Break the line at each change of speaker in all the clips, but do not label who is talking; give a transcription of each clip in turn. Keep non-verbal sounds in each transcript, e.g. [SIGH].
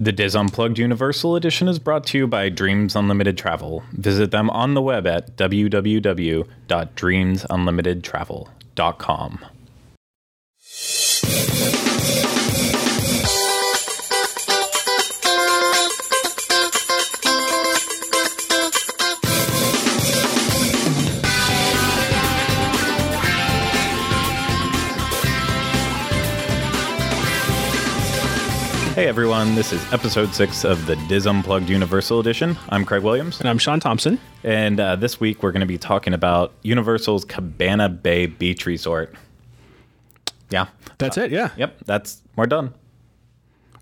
The Diz Unplugged Universal Edition is brought to you by Dreams Unlimited Travel. Visit them on the web at www.dreamsunlimitedtravel.com. Hey everyone, this is episode 6 of the Diz Unplugged Universal Edition. I'm Craig Williams.
And I'm Sean Thompson.
And uh, this week we're going to be talking about Universal's Cabana Bay Beach Resort. Yeah.
That's it, yeah.
Yep. That's we're done.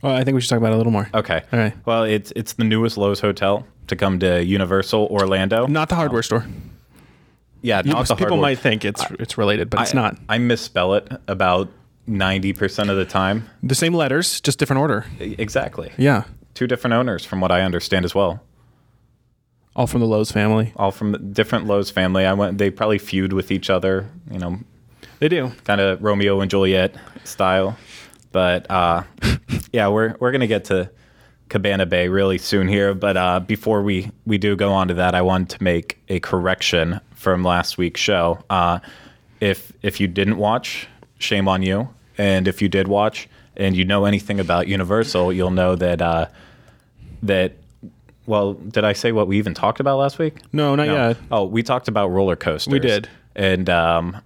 Well, I think we should talk about it a little more.
Okay.
All right.
Well, it's it's the newest Lowe's hotel to come to Universal Orlando.
Not the hardware store.
yeah, not
Most
the
people
hardware.
might think it's it's related, but
I-
it's not.
I misspell it about ninety percent of the time.
The same letters, just different order.
E- Exactly.
Yeah.
Two different owners, from what I understand as well.
All from the Lowe's family.
All from the different Lowe's family. I went. They probably feud with each other. You know,
They do.
kind of Romeo and Juliet style. But uh, [LAUGHS] yeah, we're we're gonna get to Cabana Bay really soon here. But uh, before we we do go on to that, I wanted to make a correction from last week's show. Uh, if if you didn't watch, shame on you. And if you did watch, and you know anything about Universal, you'll know that uh, that. Well, did I say what we even talked about last week?
No, not yet.
Oh, we talked about roller coasters.
We did.
And um,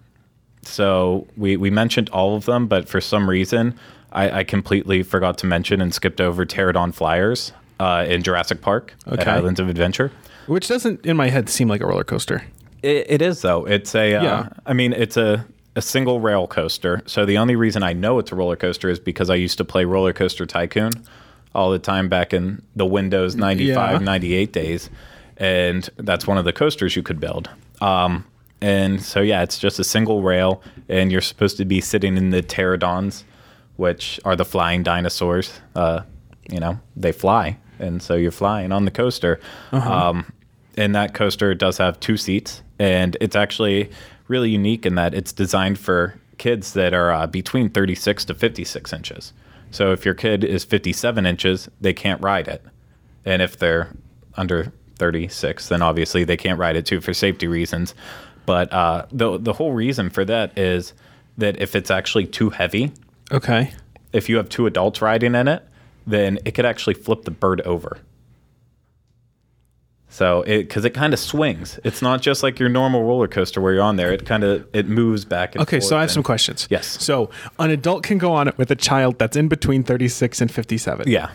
so we, we mentioned all of them, but for some reason, I, I completely forgot to mention and skipped over Pterodon Flyers uh, in Jurassic Park at
Okay.
Islands of Adventure.
Which doesn't, in my head, seem like a roller coaster.
It, it is, though. It's a, uh,
Yeah.
I mean, it's a, a single rail coaster. So the only reason I know it's a roller coaster is because I used to play Roller Coaster Tycoon all the time back in the Windows 95,
Yeah.
98 days. And that's one of the coasters you could build. Um, and so, yeah, it's just a single rail, and you're supposed to be sitting in the pterodons, which are the flying dinosaurs. Uh, you know, they fly. And so you're flying on the coaster. Um, and that coaster does have two seats, and it's actually really unique in that it's designed for kids that are uh, between 36 to 56 inches. So if your kid is 57 inches, they can't ride it. And if they're under 36, then obviously they can't ride it too for safety reasons. But uh, the, the whole reason for that is that if it's actually too heavy,
Okay.
if you have two adults riding in it, then it could actually flip the bird over. So, because it, kind of swings, it's not just like your normal roller coaster where you're on there. It kind of it moves back and
Okay,
forth
so I have
and-
some questions.
Yes.
So an adult can go on it with a child that's in between 36 and 57.
Yeah,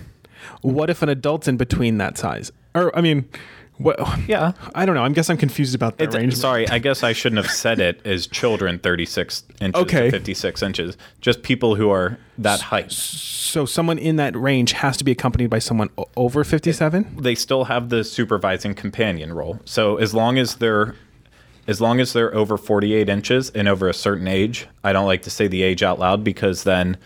What if an adult's in between that size? Or, I mean, what?
yeah.
I don't know. I guess I'm confused about the
It's-
range.
sorry, I guess I shouldn't have said it as children 36 inches
Okay.
to 56 inches. Just people who are that height.
So someone in that range has to be accompanied by someone o- over 57?
They still have the supervising companion role. So as long as they're as long as they're over 48 inches and over a certain age, I don't like to say the age out loud because then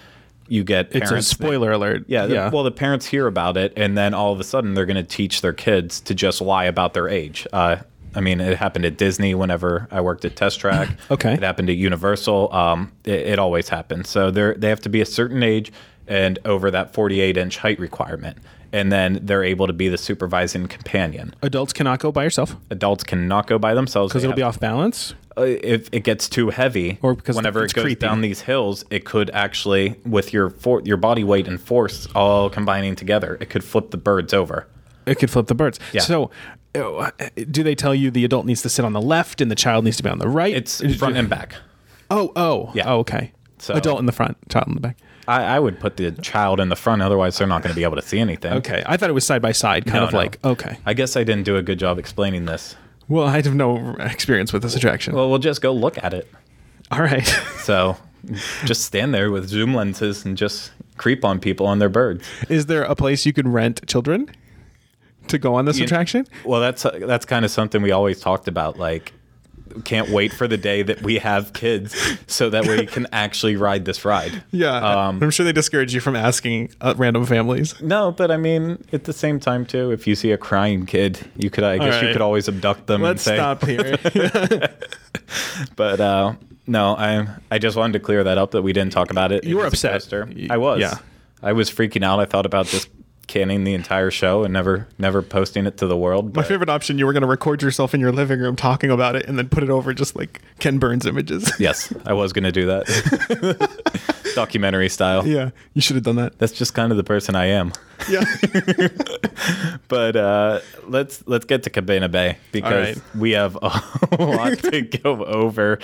you get
It's a
parents that-
spoiler alert.
Yeah, the- Well, the parents hear about it, and then all of a sudden they're going to teach their kids to just lie about their age. Uh, I mean, it happened at Disney whenever I worked at Test Track.
[CLEARS THROAT] Okay.
It happened at Universal. Um, it, it always happens. So they they have to be a certain age and over that 48 inch height requirement, and then they're able to be the supervising companion.
Adults cannot go by yourself
Adults cannot go by themselves
because
They
it'll be
have-
off balance.
uh, if it gets too heavy,
Or because
whenever
it's
it goes
creepy.
down these hills, it could actually, with your for- your body weight and force all combining together, it could flip the birds over.
It could flip the birds.
Yeah.
So, uh, do they tell you the adult needs to sit on the left and the child needs to be on the right?
It's front and back.
oh, oh,
Yeah.
oh, okay.
So-
adult in the front, child in the back.
I, I would put the child in the front, otherwise they're not going to be able to see anything.
Okay, I thought it was side by side, kind
No,
of
no.
like okay.
I guess I didn't do a good job explaining this.
Well, I have no experience with this attraction.
Well, we'll just go look at it.
All right, [LAUGHS]
So, just stand there with zoom lenses and just creep on people on their birds.
is there a place you can rent children to go on this attraction?
Well, that's that's kind of something we always talked about. Like, can't wait for the day that we have kids, so that we can actually ride this ride.
Yeah,
Um,
I'm sure they discourage you from asking uh, random families.
no, but I mean, at the same time too, if you see a crying kid, you could, I guess, you
right.
could always abduct them
Let's
and say.
stop here.
[LAUGHS] But uh, no, I I just wanted to clear that up that we didn't talk about it. You
were upset.
I was.
Yeah.
I was freaking out. I thought about just canning the entire show and never never posting it to the world.
[LAUGHS] My
but-
favorite option, you were going to record yourself in your living room talking about it and then put it over just like Ken Burns images. [LAUGHS]
yes, I was gonna do that, [LAUGHS] documentary style.
yeah. You should have done that.
That's just kind of the person I am.
Yeah.
[LAUGHS] But uh, let's let's get to Cabana Bay because
right.
we have a [LAUGHS] lot to go over. [LAUGHS]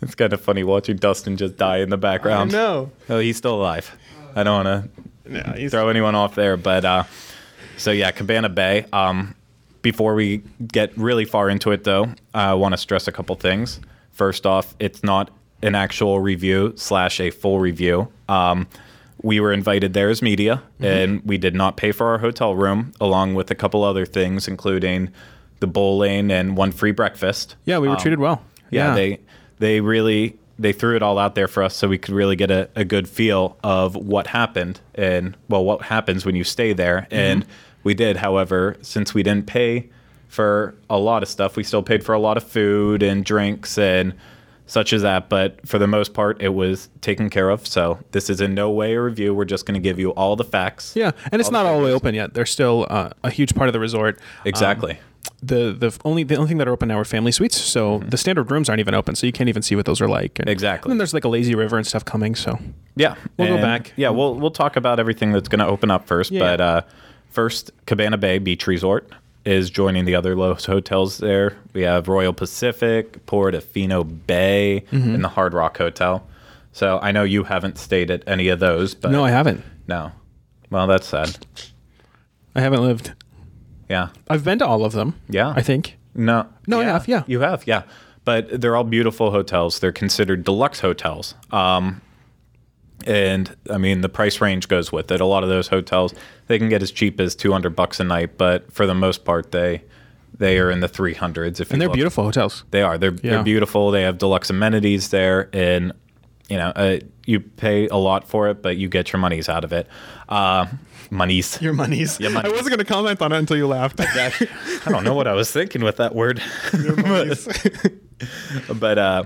it's kind of funny watching Dustin just die in the background.
no.
Oh, he's still alive. I don't want to
Yeah. He's,
throw anyone off there, but uh, so yeah, Cabana Bay. Um, before we get really far into it, though, I want to stress a couple things. First off, it's not an actual review slash a full review. Um, we were invited there as media,
Mm-hmm.
and we did not pay for our hotel room, along with a couple other things, including the bowling and one free breakfast Um,
yeah. We were treated well.
yeah, they they really they threw it all out there for us so we could really get a, a good feel of what happened and well what happens when you stay there
Mm-hmm.
and we did however since we didn't pay for a lot of stuff we still paid for a lot of food and drinks and such as that but for the most part it was taken care of so this is in no way a review we're just going to give you all the facts
Yeah, and it's
All
not
the
all the way open yet. They're still uh, a huge part of the resort.
exactly
Um, the the f- only the only thing that are open now are family suites. So the standard rooms aren't even open, so you can't even see what those are like. And,
Mm-hmm. Exactly.
And then there's like a lazy river and stuff coming. So
Yeah,
We'll go
And-
back.
Yeah, we'll we'll talk about everything that's going to open up first.
Yeah,
but
yeah.
Uh, first, Cabana Bay Beach Resort is joining the other Los hotels there. We have Royal Pacific, Portofino Bay,
Mm-hmm.
and the Hard Rock Hotel. So I know you haven't stayed at any of those, but
no, I haven't.
no. Well, that's sad.
I haven't lived.
Yeah.
I've been to all of them.
Yeah.
I think.
No.
No, I have, yeah.
You have, yeah. But they're all beautiful hotels. They're considered deluxe hotels. Um, and I mean, the price range goes with it. A lot of those hotels, they can get as cheap as 200 bucks a night, but for the most part, they they are in the 300s. If
And they're
look.
beautiful hotels.
They are. They're,
Yeah.
they're beautiful. They have deluxe amenities there, and you know, uh, you pay a lot for it, but you get your monies out of it. Uh, monies.
Your money's.
Your money's.
I wasn't going to comment on it until you
[LAUGHS]
laughed. [LAUGHS]
I don't know what I was thinking with that word. [LAUGHS] but uh,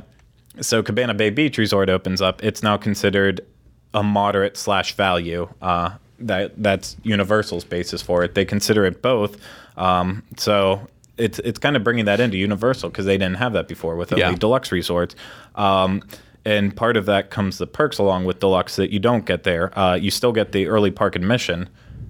so Cabana Bay Beach Resort opens up. It's now considered a moderate slash value. Uh, that that's Universal's basis for it. They consider it both. Um, so it's it's kind of bringing that into Universal because they didn't have that before with only
Yeah.
deluxe resorts. Um, and part of that comes the perks along with deluxe that you don't get there. Uh, you still get the early park admission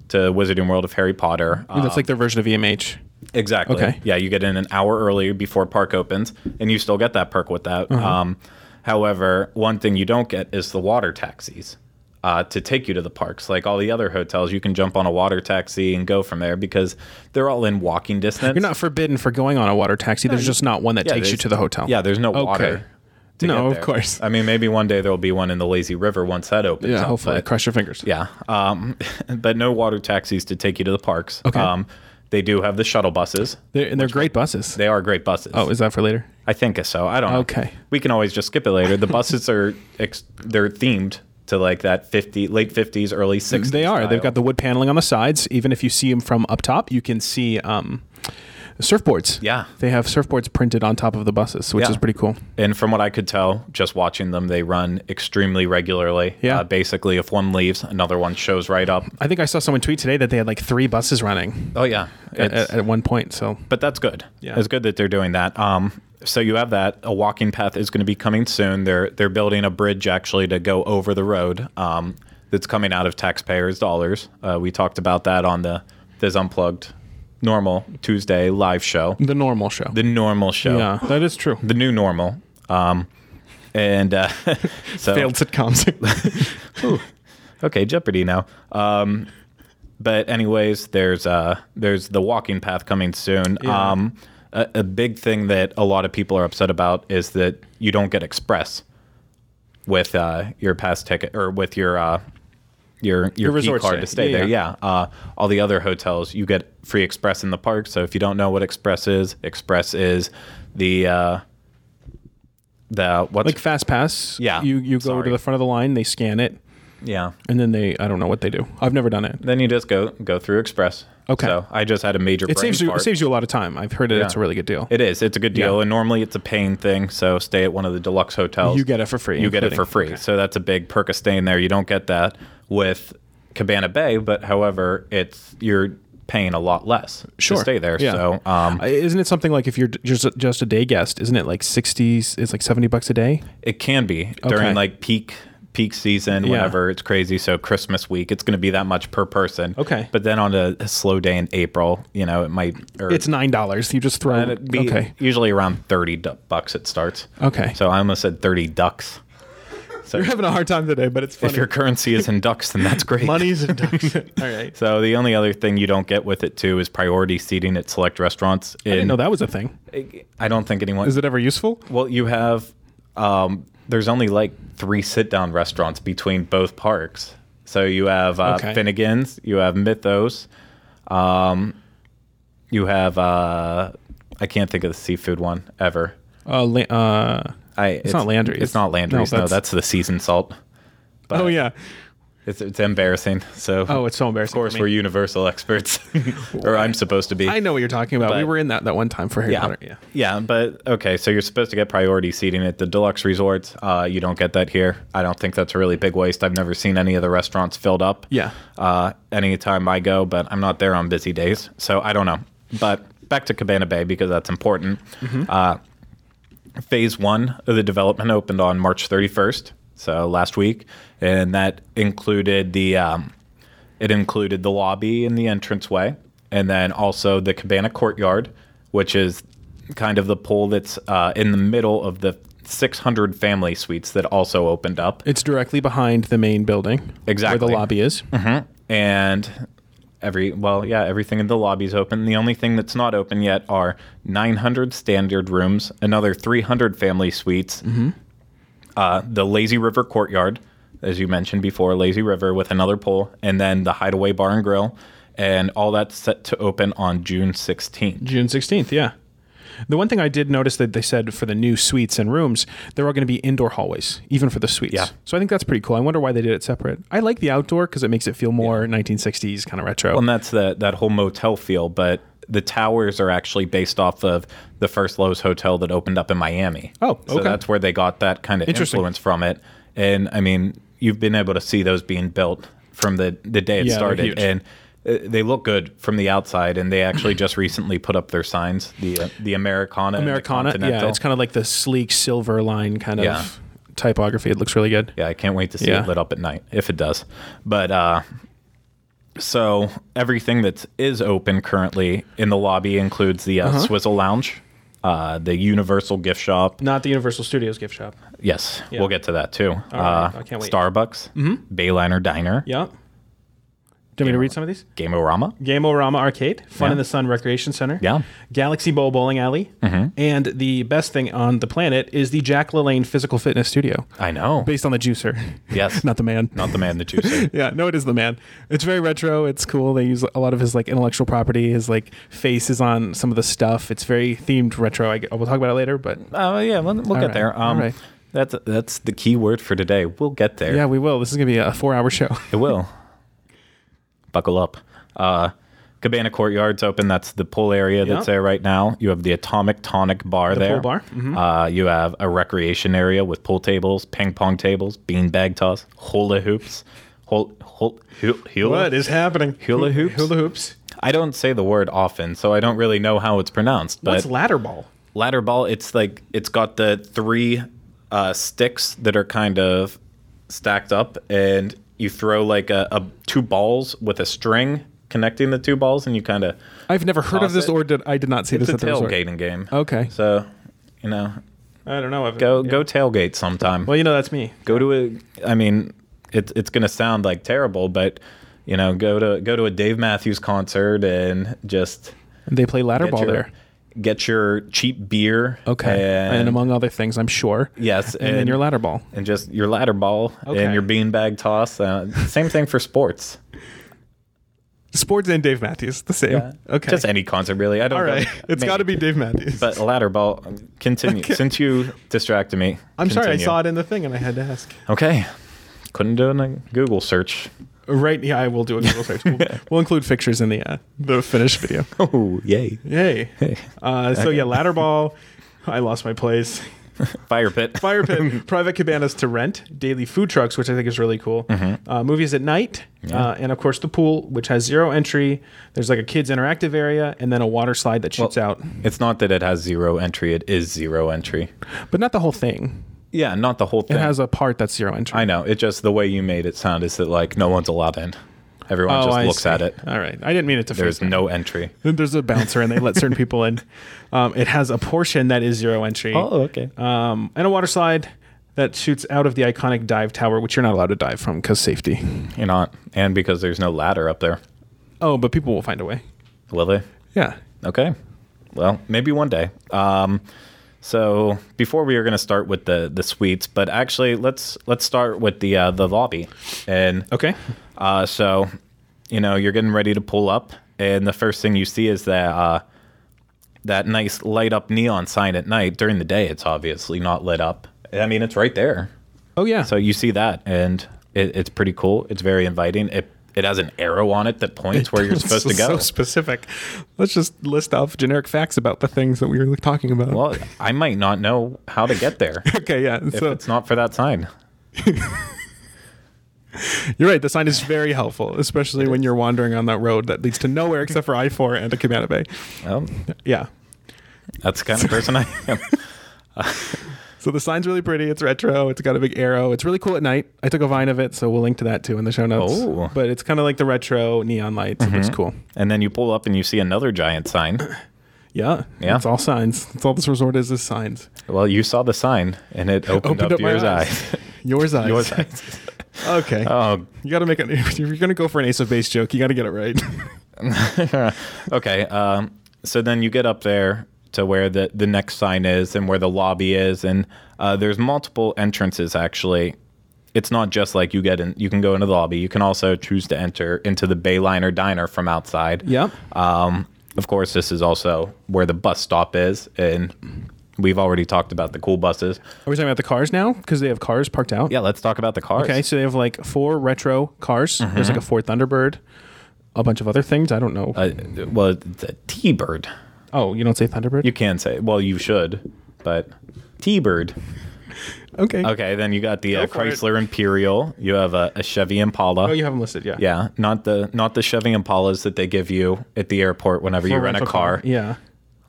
to Wizarding World of Harry Potter.
That's like their version of E EMH.
Exactly.
Okay.
Yeah, you get in an hour earlier before park opens, and you still get that perk with that.
Uh-huh.
Um, however, one thing you don't get is the water taxis uh, to take you to the parks. Like all the other hotels, you can jump on a water taxi and go from there because they're all in walking distance.
You're not forbidden for going on a water taxi. There's just not one that
Yeah,
takes you
there's-
to the hotel.
Yeah, there's no
Okay.
water. to
No,
get
of
there. Uh,
course.
I mean, maybe one day there'll be one in the lazy river once that opens.
Yeah.
up,
hopefully,
but-
cross your fingers.
yeah, um, [LAUGHS] but no water taxis to take you to the parks.
Okay.
Um, they do have the shuttle buses.
They're, and they're great buses.
They are great buses.
Oh, is that for later?
I think so. I don't know.
Okay.
We can always just skip it later. The buses are ex- they're themed to like that 50 late 50s early 60s.
They are. They've
style.
got the wood paneling on the sides. Even if you see them from up top, you can see um, surfboards.
Yeah.
They have surfboards printed on top of the buses, which
Yeah.
is pretty cool.
And from what I could tell just watching them they run extremely regularly.
Yeah.
Uh, basically if one leaves another one shows right up.
I think I saw someone tweet today that they had like three buses running
Oh yeah.
at,
It's-
at, at one point. So
but that's good.
Yeah.
It's good that they're doing that. Um, so you have that. A walking path is going to be coming soon. They're they're building a bridge actually to go over the road. Um, that's coming out of taxpayers' dollars. Uh, we talked about that on the this unplugged normal Tuesday live show,
the normal show.
the normal show,
Mm. yeah, that is true.
the new normal. Um, and uh, [LAUGHS] so
Failed
[LAUGHS]
sitcoms.
okay, Jeopardy now. Um, but anyways, there's uh, there's the walking path coming soon.
Yeah.
Um, a, a big thing that a lot of people are upset about is that you don't get express with uh, your pass ticket or with your uh, your your, key
resort
card
stay.
to stay
Yeah,
there.
yeah.
Yeah. Uh, all the other hotels, you get free express in the park. So if you don't know what express is, express is the uh, the what's
like fast pass.
Yeah,
You you go to
sorry.
the front of the line, they scan it,
yeah
and then they I don't know what they do. I've never done it.
Then you just go go through Express.
Okay.
So I just had a major.
It
brain
saves you it
fart.
saves you a lot of time. I've heard it. It's a really good deal.
It is. It's a good deal,
Yeah.
and normally it's a paying thing. So stay at one of the deluxe hotels.
You get it for free,
You get it for
including-
free.
okay.
So that's a big perk of staying there. You don't get that with Cabana Bay, but however, it's you're paying a lot less
Sure.
to stay there.
Yeah.
So um,
Uh, Isn't it something like if you're d- just just a day guest, isn't it like 60 it's like 70 bucks a day?
it can be
Okay.
during like peak peak season
Yeah.
whenever it's crazy so christmas week it's going to be that much per person
Okay.
but then on a, a slow day in april you know it might or
It's $9. You just throw
it'd be
Okay.
usually around 30 du- bucks it starts
Okay.
so i almost said 30 ducks
you're having a hard time today, but it's funny.
if your currency is in ducks then that's great
Money's induction. [LAUGHS] All right.
so the only other thing you don't get with it too is priority seating at select restaurants in,
I didn't know that was a thing.
i don't think anyone
Is it ever useful?
Well, you have um, there's only like three sit down restaurants between both parks. So you have uh,
Okay.
Finnegan's, you have Mythos, um, you have uh, I can't think of the seafood one ever.
Uh, la- uh,
I,
it's not Landry's.
It's not Landry's.
No,
No,
that's-
that's, the seasoned salt. But
oh yeah.
it's, it's embarrassing. So
Oh, it's so
of
embarrassing.
course
for me.
we're universal experts, [LAUGHS] or I'm supposed to be.
I know what you're talking about. we
But-
were in that that one time for Harry Potter. Yeah.
Yeah, but okay, so you're supposed to get priority seating at the deluxe resorts. Uh, you don't get that here. I don't think that's a really big waste. I've never seen any of the restaurants filled up.
Yeah.
Uh, anytime I go, but I'm not there on busy days, so I don't know. But back to Cabana Bay because that's important.
Mm-hmm.
Uh, phase one of the development opened on March 31st, so last week, and that included the um, it included the lobby and the entranceway, and then also the cabana courtyard, which is kind of the pool that's uh, in the middle of the 600 family suites that also opened up.
It's directly behind the main building. Where
Exactly.
the lobby is.
and every well yeah everything in the lobby's open the only thing that's not open yet are 900 standard rooms another 300 family suites uh, the lazy river courtyard as you mentioned before lazy river with another pool and then the hideaway bar and grill and all that's set to open on june 16th
June 16th, yeah. The one thing I did notice that they said for the new suites and rooms, they're all going to be indoor hallways, even for the suites.
Yeah.
So I think that's pretty cool. I wonder why they did it separate. I like the outdoor because it makes it feel more 1960s kind of retro.
and that's the, that whole motel feel but the towers are actually based off of the first Lowe's hotel that opened up in Miami.
Oh,
So
okay.
that's where they got that kind of
Interesting.
influence from it. And I mean, you've been able to see those being built from the, the day it
Yeah, they're huge.
started. And uh, they look good from the outside. And they actually just recently put up their signs, the uh, the Americana. and the
Americana, yeah.
Continental.
It's kind of like the sleek silver line kind
Yeah.
of typography. It looks really good.
Yeah, I can't wait to see
Yeah.
it lit up at night if it does. But uh, so everything that is open currently in the lobby includes the uh, Swizzle Lounge, uh, the Universal Gift Shop.
Not the Universal Studios gift shop.
Yes,
Yeah.
we'll get to that too.
right,
uh,
I can't wait.
Starbucks, Bayliner Diner,
Yeah. Do you want me to read some of these?
Gamerama.
Gamerama Arcade, Fun
Yeah.
in the Sun Recreation Center,
Yeah. Mm-hmm.
Galaxy Bowl Bowling Alley, and the best thing on the planet is the Jack LaLanne Physical Fitness Studio,
I know.
based on the juicer.
Yes.
not the man.
[LAUGHS] Not the man that you [LAUGHS] say.
Yeah, no, it is the man. It's very retro. It's cool. They use a lot of his like intellectual property. His like face is on some of the stuff. It's very themed retro. I, we'll talk about it later, but
uh, yeah, we'll, we'll get
right,
there. Um,
all right.
That's that's the key word for today. We'll get there.
yeah, we will. This is gonna be a four-hour show.
It will. Buckle up. Uh, Cabana Courtyard's open. That's the pool area
Yeah.
that's there right now. You have the Atomic Tonic Bar there.
pool bar, Mm-hmm.
Uh, you have a recreation area with pool tables, ping pong tables, beanbag toss, hula hoops. Hol, hol, hu, hula.
is happening?
Hula hoops?
Hula hoops.
I don't say the word often, so I don't really know how it's pronounced. But
What's ladder ball?
ladder ball it's like it's got the three uh, sticks that are kind of stacked up and you throw like a, a two balls with a string connecting the two balls and you kind of
I've never heard of
Toss
this,
it.
or did I did not see
it's
this
a
at the resort.
tailgating game
Okay.
so you know
I don't know. I've,
go go tailgate sometime
Well, you know that's me.
go to a i mean it, it's gonna sound like terrible but you know go to go to a dave matthews concert and just
They play ladder
get
ball
your-
there.
get your cheap beer
Okay. And,
and
among other things, I'm sure.
Yes,
And, then
and-
your ladder ball.
and just your ladder ball
Okay.
and your beanbag toss. Uh, same thing for sports.
Sports and Dave Matthews, the same. [LAUGHS] Okay.
Just any concert, really. I don't.
All
know.
right.
[LAUGHS]
It's
Maybe.
got to be Dave Matthews.
But ladder ball. um, Continue. Since you distracted me.
I'm sorry, I saw it in the thing and I had to ask.
Okay. Couldn't do a Google
[LAUGHS]
search.
Right. Yeah, I will do a Google search. We'll,
[LAUGHS]
we'll include pictures in the uh, the finished video.
Oh yay!
Yay. Uh, so yeah, ladder ball. I lost my place.
[LAUGHS] Fire pit.
Fire pit,
[LAUGHS]
private cabanas to rent, daily food trucks, which I think is really cool.
Mm-hmm.
Uh, movies at night, uh, and of course the pool, which has zero entry. There's like a kids interactive area, and then a water slide that shoots out,
It's not that it has zero entry. It is zero entry.
but not the whole thing.
Yeah, not the whole thing.
It has a part that's zero entry.
I know. It just the way you made it sound is that like no one's allowed in. Everyone
Oh,
just
I
looks
see.
at it.
All right, I didn't mean it to.
There's
There's
no entry.
there's a bouncer, and they let certain
[LAUGHS]
people in. Um, it has a portion that is zero entry.
Oh, okay.
um, and a water slide that shoots out of the iconic dive tower, which you're not allowed to dive from
[LAUGHS]
because safety.
You're not, and because there's no ladder up there,
Oh, but people will find a way.
will they?
Yeah.
Okay. Well, maybe one day. Um, so before we are going to start with the the suites, but actually let's let's start with the uh, the lobby. And [LAUGHS]
Okay.
uh, so you know you're getting ready to pull up, and the first thing you see is that uh, that nice light up neon sign at night. During the day, it's obviously not lit up. I mean, it's right there.
Oh yeah.
So you see that, and it, it's pretty cool. It's very inviting. It it has an arrow on it that points
[LAUGHS]
where you're supposed to
This is
go.
So specific. Let's just list off generic facts about the things that we were talking about.
well, I might not know how to get there
[LAUGHS] okay, yeah.
if
So
it's not for that sign.
you're right. The
[LAUGHS]
sign is very helpful, especially when you're wandering on that road that leads to nowhere except for I four and a Cabana Bay.
Well,
Yeah.
that's the kind of person I am.
So the sign's really pretty. It's retro. It's got a big arrow. It's really cool at night. I took a vine of it, so we'll link to that too in the show notes.
Oh. Mm-hmm.
But it's kind of like the retro neon lights. It looks cool.
And then you pull up and you see another giant sign.
Yeah.
Yeah.
It's all signs. That's all this resort is is signs.
Well, you saw the sign and it opened, up,
my
your eyes. [LAUGHS]
[LAUGHS] Yours eyes.
Yours eyes.
[LAUGHS] Okay.
Oh,
you got to make it. If you're going to go for an [LAUGHS] ace of base joke, you got to get it right. [LAUGHS]
[LAUGHS] okay. Um, so then you get up there to where the, the next sign is and where the lobby is, and uh, there's multiple entrances actually. It's not just like you get in. You can go into the lobby. You can also choose to enter into the Bayliner Diner from outside.
Yep.
Um, of course, this is also where the bus stop is, and we've already talked about the cool buses.
Are we talking about the cars now? Because they have cars parked out.
Yeah, let's talk about the cars.
Okay. So they have like four retro cars. There's like a Ford Thunderbird, a bunch of other things. I don't know.
Uh, well, the T Bird.
oh, you don't say Thunderbird?
You can say. Well, you should, but T Bird.
okay.
Okay, then you got the uh,
for it.
Chrysler Imperial. You have a, a Chevy Impala.
Oh, you have them listed. Yeah.
yeah, not the not the Chevy Impalas that they give you at the airport whenever you
For
rent a
rental
car.
Yeah.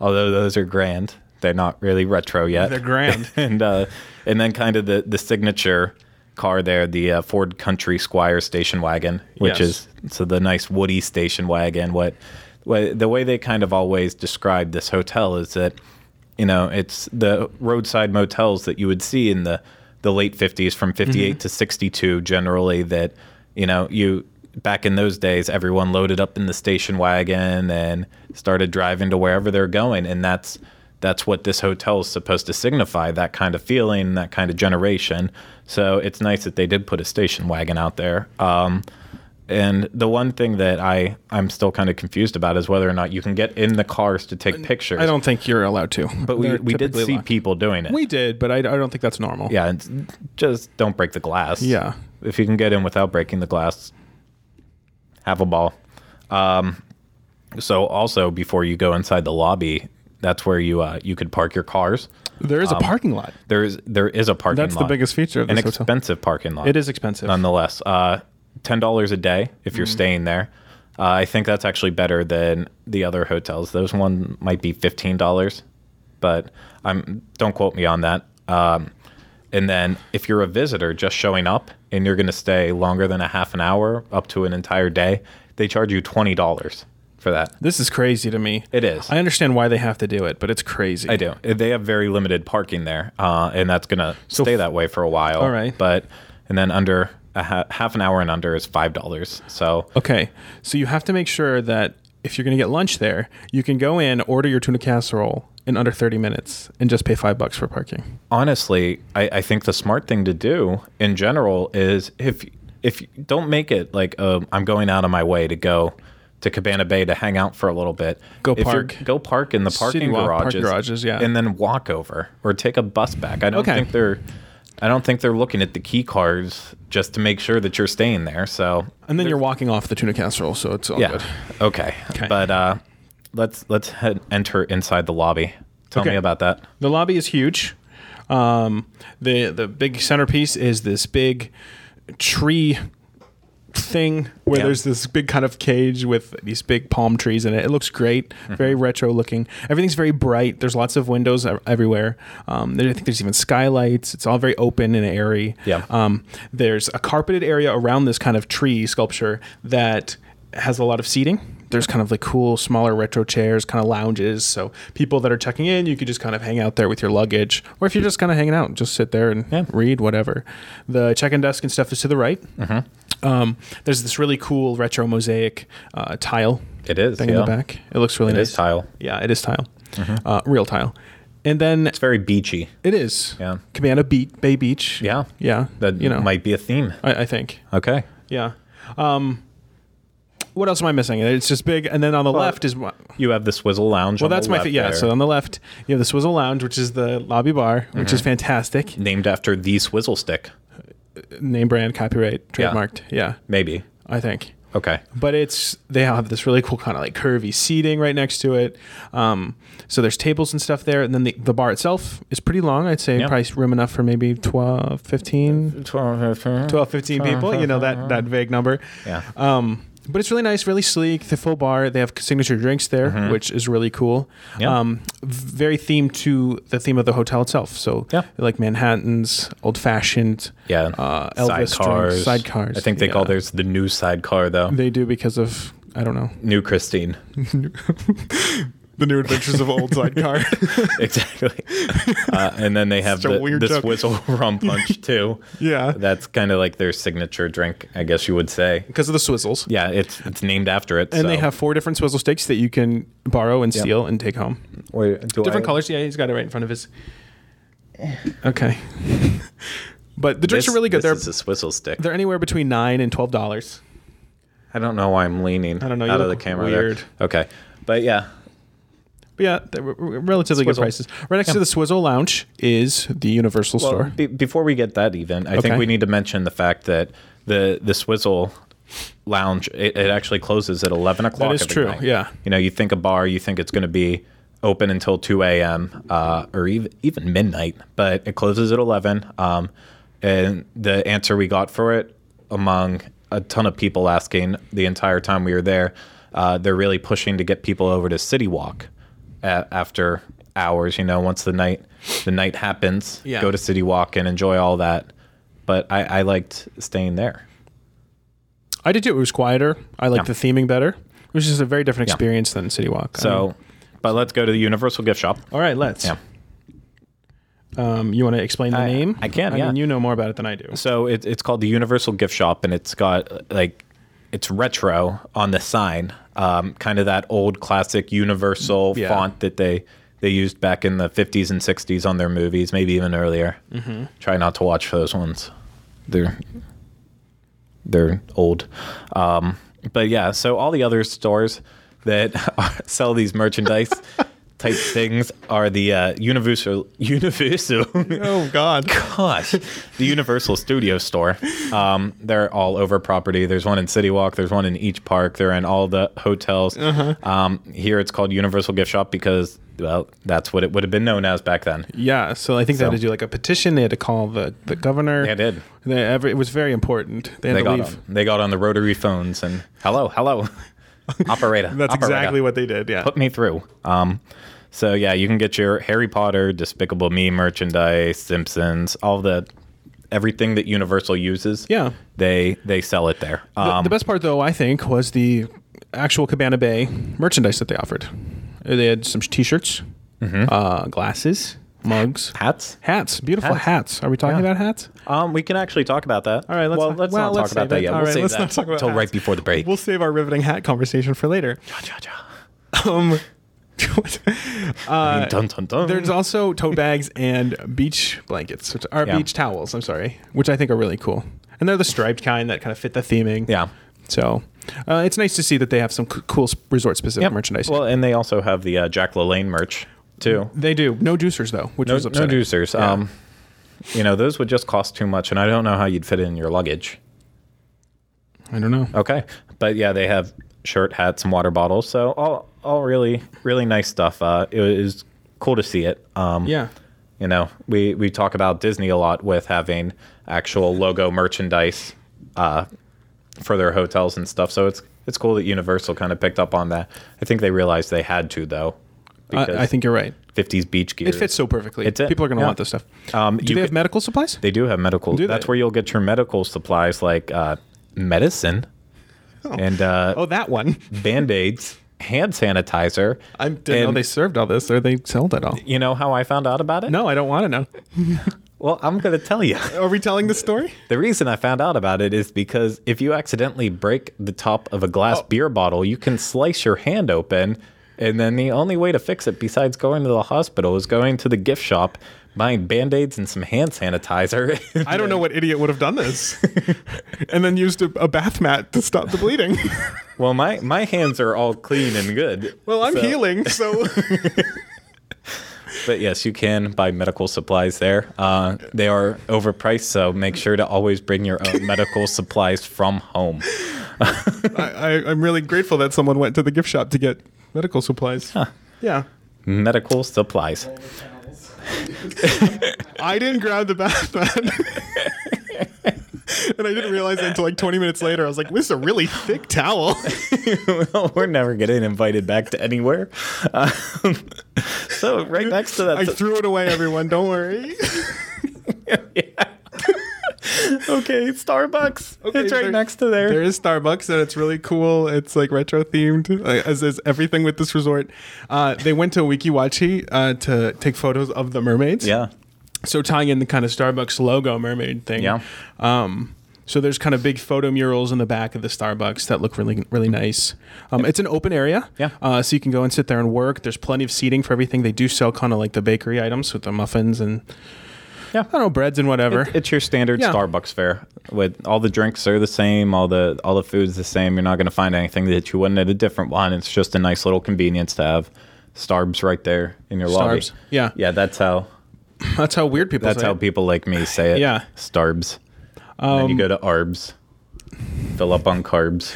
Although those are grand, they're not really retro yet.
They're grand.
[LAUGHS] and uh, and then kind of the the signature car there, the uh, Ford Country Squire station wagon, which
Yes.
is so the nice woody station wagon. What, what the way they kind of always describe this hotel is that you know it's the roadside motels that you would see in the the late fifties from fifty to sixty two generally that you know you. Back in those days, everyone loaded up in the station wagon and started driving to wherever they're going, and that's that's what this hotel is supposed to signify that kind of feeling that kind of generation so it's nice that they did put a station wagon out there um, and the one thing that I, I'm still kind of confused about is whether or not you can get in the cars to take pictures.
I don't think you're allowed to.
but we, we did see people doing it.
We did, but I, I don't think that's normal.
yeah, it's, just don't break the glass.
Yeah.
If you can get in without breaking the glass, have a ball. Um, so also before you go inside the lobby, that's where you uh, you could park your cars.
There
Um,
is a parking lot.
There is there is a parking
That's
lot.
the biggest feature of
An
this hotel.
expensive parking lot.
It is expensive.
nonetheless. Uh, Ten dollars a day if you're staying there. Uh, I think that's actually better than the other hotels. Those one might be fifteen dollars, but I'm don't quote me on that. Um, and then if you're a visitor just showing up and you're going to stay longer than a half an hour up to an entire day, they charge you twenty dollars for that.
This is crazy to me.
It is.
I understand why they have to do it, but it's crazy.
I do. They have very limited parking there, uh, and that's gonna stay that way for a while.
All right.
but and then under a ha- half an hour and under is five dollars. So
Okay. So you have to make sure that if you're going to get lunch there, you can go in, order your tuna casserole in under 30 minutes, and just pay five bucks for parking.
honestly, I, I think the smart thing to do in general is if if don't make it like uh, I'm going out of my way to go to Cabana Bay to hang out for a little bit.
Go
If you're-
park.
Go park in the parking
walk, park
garages.
garages, yeah.
And then walk over or take a bus back. I don't
Okay.
think they're. I don't think they're looking at the key cards just to make sure that you're staying there. So
And then you're walking off the tuna casserole, so it's all
Yeah.
good.
Okay. But uh, let's let's head, enter inside the lobby. Tell
Okay.
me about that.
The lobby is huge. Um, the the big centerpiece is this big tree thing where
Yeah.
there's this big kind of cage with these big palm trees in it. It looks great,
Mm-hmm.
very retro looking. Everything's very bright. There's lots of windows ev- everywhere. Um, there, I think there's even skylights. It's all very open and airy.
Yeah.
Um, there's a carpeted area around this kind of tree sculpture that has a lot of seating. There's kind of like cool, smaller retro chairs, kind of lounges. So people that are checking in, you could just kind of hang out there with your luggage, or if you're just kind of hanging out, just sit there and
Yeah.
read whatever. The check-in desk and stuff is to the right. Um, there's this really cool retro mosaic uh, tile
It is.
thing
yeah.
in the back. It looks really
It
nice.
is tile. Mm-hmm.
Yeah, it is tile. Uh, real tile. And then
It's very beachy.
it is
Yeah.
Cabana Beat Bay Beach.
Yeah.
yeah.
That
you know,
might be a theme.
I, I think.
Okay.
Yeah. Um, what else am I missing? It's just big. And then on the left is my-
You have the Swizzle Lounge.
well, that's my fa- yeah. So on the left, you have the Swizzle Lounge, which is the lobby bar, which
Mm-hmm.
is fantastic.
named after the Swizzle Stick,
Name brand, copyright,
Yeah.
trademarked. yeah
maybe.
I think.
Okay.
but it's they have this really cool kind of like curvy seating right next to it um, so there's tables and stuff there and then the, the bar itself is pretty long i'd say
Yeah.
probably room enough for maybe 12 15 12 15
Uh-huh.
people you know that that vague number
Yeah.
um, but it's really nice really sleek the full bar they have signature drinks there
Mm-hmm.
which is really cool
Yeah.
um, v- very themed to the theme of the hotel itself so
Yeah.
like manhattan's old fashioned
Yeah.
uh, elvis
sidecars.
drinks, sidecars
I think they
yeah.
call theirs the new sidecar, though.
they do because of i don't know
new Christine. [LAUGHS]
The New Adventures of Old [LAUGHS] Sidecar. [LAUGHS]
exactly. Uh, and then they have
Such a
the,
weird
the
joke.
Swizzle [LAUGHS] Rum Punch, too.
yeah.
That's kind of like their signature drink, I guess you would say.
Because of the swizzles.
Yeah, it's it's named after it.
And they
so-
have four different swizzle sticks that you can borrow and steal and take home.
Wait, do
Different
I-
colors. Yeah, he's got it right in front of his. [SIGHS] Okay. [LAUGHS] but the drinks
This-
are really good.
This
They're,
is a swizzle stick.
they're anywhere between 9 and $12.
I don't know why I'm leaning.
I don't know, you
Out of the
look
camera.
weird.
There. Okay, but yeah,
But yeah, they're r- r- relatively
Swizzle.
good prices. Right next to the Swizzle Lounge is the Universal
Well,
Store.
be- before we get that, even I
Okay.
think we need to mention the fact that the the Swizzle Lounge it, it actually closes at eleven o'clock.
is
every
true,
night.
yeah.
you know, you think a bar, you think it's going to be open until two a.m. Uh, or even even midnight, but it closes at eleven. Um, and the answer we got for it among a ton of people asking the entire time we were there, uh, they're really pushing to get people over to City Walk a- after hours. You know, once the night the night happens,
Yeah.
go to City Walk and enjoy all that. But I, I liked staying there.
I did too. It was quieter. I liked
Yeah.
the theming better. It was just a very different experience than City Walk. I mean-
So, but let's go to the Universal Gift Shop.
all right, let's.
Yeah.
Um, you want to explain the
I-
name?
I can,
I
yeah.
mean, you know more about it than I do.
So it, it's called the Universal Gift Shop, and it's got uh, like it's retro on the sign, um, kind of that old classic Universal
Yeah.
font that they they used back in the 50s and 60s on their movies, maybe even earlier.
Mm-hmm.
Try not to watch those ones; they're they're old. Um, but yeah, so all the other stores that [LAUGHS] sell these
[LAUGHS]
merchandise. type things are the uh, universal universal
[LAUGHS] Oh God.
gosh, the Universal Studio Store. Um, they're all over property. There's one in City Walk. There's one in each park. They're in all the hotels.
Uh-huh.
Um, here it's called Universal Gift Shop because well, that's what it would have been known as back then.
Yeah, so I think they had to do like a petition. They had to call the, the governor.
They did.
They, every, it was very important. They had
They
to
got
leave.
on, they got on the rotary phones and hello,
[LAUGHS]
hello, operator.
That's
operator.
exactly what they did. Yeah.
put me through. Um, so yeah, you can get your Harry Potter, Despicable Me merchandise, Simpsons, all the everything that Universal uses.
Yeah.
they they sell it there.
The-
Um,
the best part, though, I think, was the actual Cabana Bay merchandise that they offered. They had some T-shirts,
Hmm.
uh, glasses, mugs,
hats.
hats. Beautiful hats. Are we talking about hats?
Um, we can actually talk about that. All
right, let's-
well, let's
well,
not
let's
talk about
save
that
it.
yet.
All
we'll
right,
save
let's
that
not talk about
till
hats.
right before the break.
We'll save our riveting hat conversation for later. Um, [LAUGHS] uh,
dun, dun, dun.
There's also tote bags and beach blankets, which are
Yeah.
beach towels. I'm sorry, which I think are really cool, and they're the striped kind that kind of fit the theming.
yeah.
So uh, it's nice to see that they have some c- cool resort specific
Yep.
merchandise.
Well, and they also have the uh, Jack LaLanne merch too.
they do no juicers though, which
No,
was upsetting.
no juicers.
Yeah.
Um, you know, those would just cost too much, and I don't know how you'd fit it in your luggage.
I don't know.
Okay, but yeah, they have shirt, hats, and water bottles. So all all really really nice stuff. Uh, it was cool to see it. Um,
Yeah,
You know, we, we talk about Disney a lot with having actual logo merchandise uh, for their hotels and stuff. So it's it's cool that Universal kind of picked up on that. I think they realized they had to though.
I, I think you're right.
50s beach gear.
It fits so perfectly.
It's it.
People are going to
Yeah.
want this stuff.
Um,
Do
you
they have
could-
medical supplies?
They do have medical.
Do
that's
they?
where you'll get your medical supplies like uh, medicine and uh,
Oh, that one.
band aids, hand sanitizer.
I didn't know
And-
they served all this or they sold it all.
You know how I found out about it?
No, I don't want to know.
Well, I'm going to tell you.
Are we telling the story?
The reason I found out about it is because if you accidentally break the top of a
Oh.
glass beer bottle, you can slice your hand open. And then the only way to fix it, besides going to the hospital, is going to the gift shop, buying band aids and some hand sanitizer. [LAUGHS]
I don't know what idiot would have done this. [LAUGHS] and then used a, a bath mat to stop the [LAUGHS] bleeding.
well, my, my hands are all clean and good.
well, I'm
so-
healing, [LAUGHS] so
But yes, you can buy medical supplies there. Uh, they are overpriced, so make sure to always bring your own medical [LAUGHS] supplies from home. [LAUGHS]
I, I, I'm really grateful that someone went to the gift shop to get medical supplies. Yeah.
Medical supplies.
I didn't grab the bath [LAUGHS] mat. and I didn't realize that until like 20 minutes later. I was like, this is a really thick
[LAUGHS]
towel.
well, we're never getting invited back to anywhere. Um, so right next to that.
I threw it away, everyone. Don't worry. [LAUGHS]
okay, Starbucks.
Okay,
it's right
there-
next to there.
There is Starbucks, and it's really cool. It's like retro themed, like, as is everything with this resort. Uh, they went to Wikiwachi uh, to take photos of the mermaids.
Yeah.
So tying in the kind of Starbucks logo mermaid thing.
Yeah.
Um, so there's kind of big photo murals in the back of the Starbucks that look really really nice. Um, it's an open area.
Yeah.
Uh, so you can go and sit there and work. There's plenty of seating for everything. They do sell kind of like the bakery items with the muffins and
Yeah.
I don't know breads and whatever.
It's your standard
Yeah.
Starbucks fare. With all the drinks are the same, all the all the food's the same. You're not going to find anything that you wouldn't at a different one. It's just a nice little convenience to have Starbs right there in your lobby.
Starbs. Yeah.
yeah. That's how
That's how weird people.
that's
say
how
it.
people like me say it.
Yeah. Um,
Starbs. and then you go to Arbs. Fill up on carbs.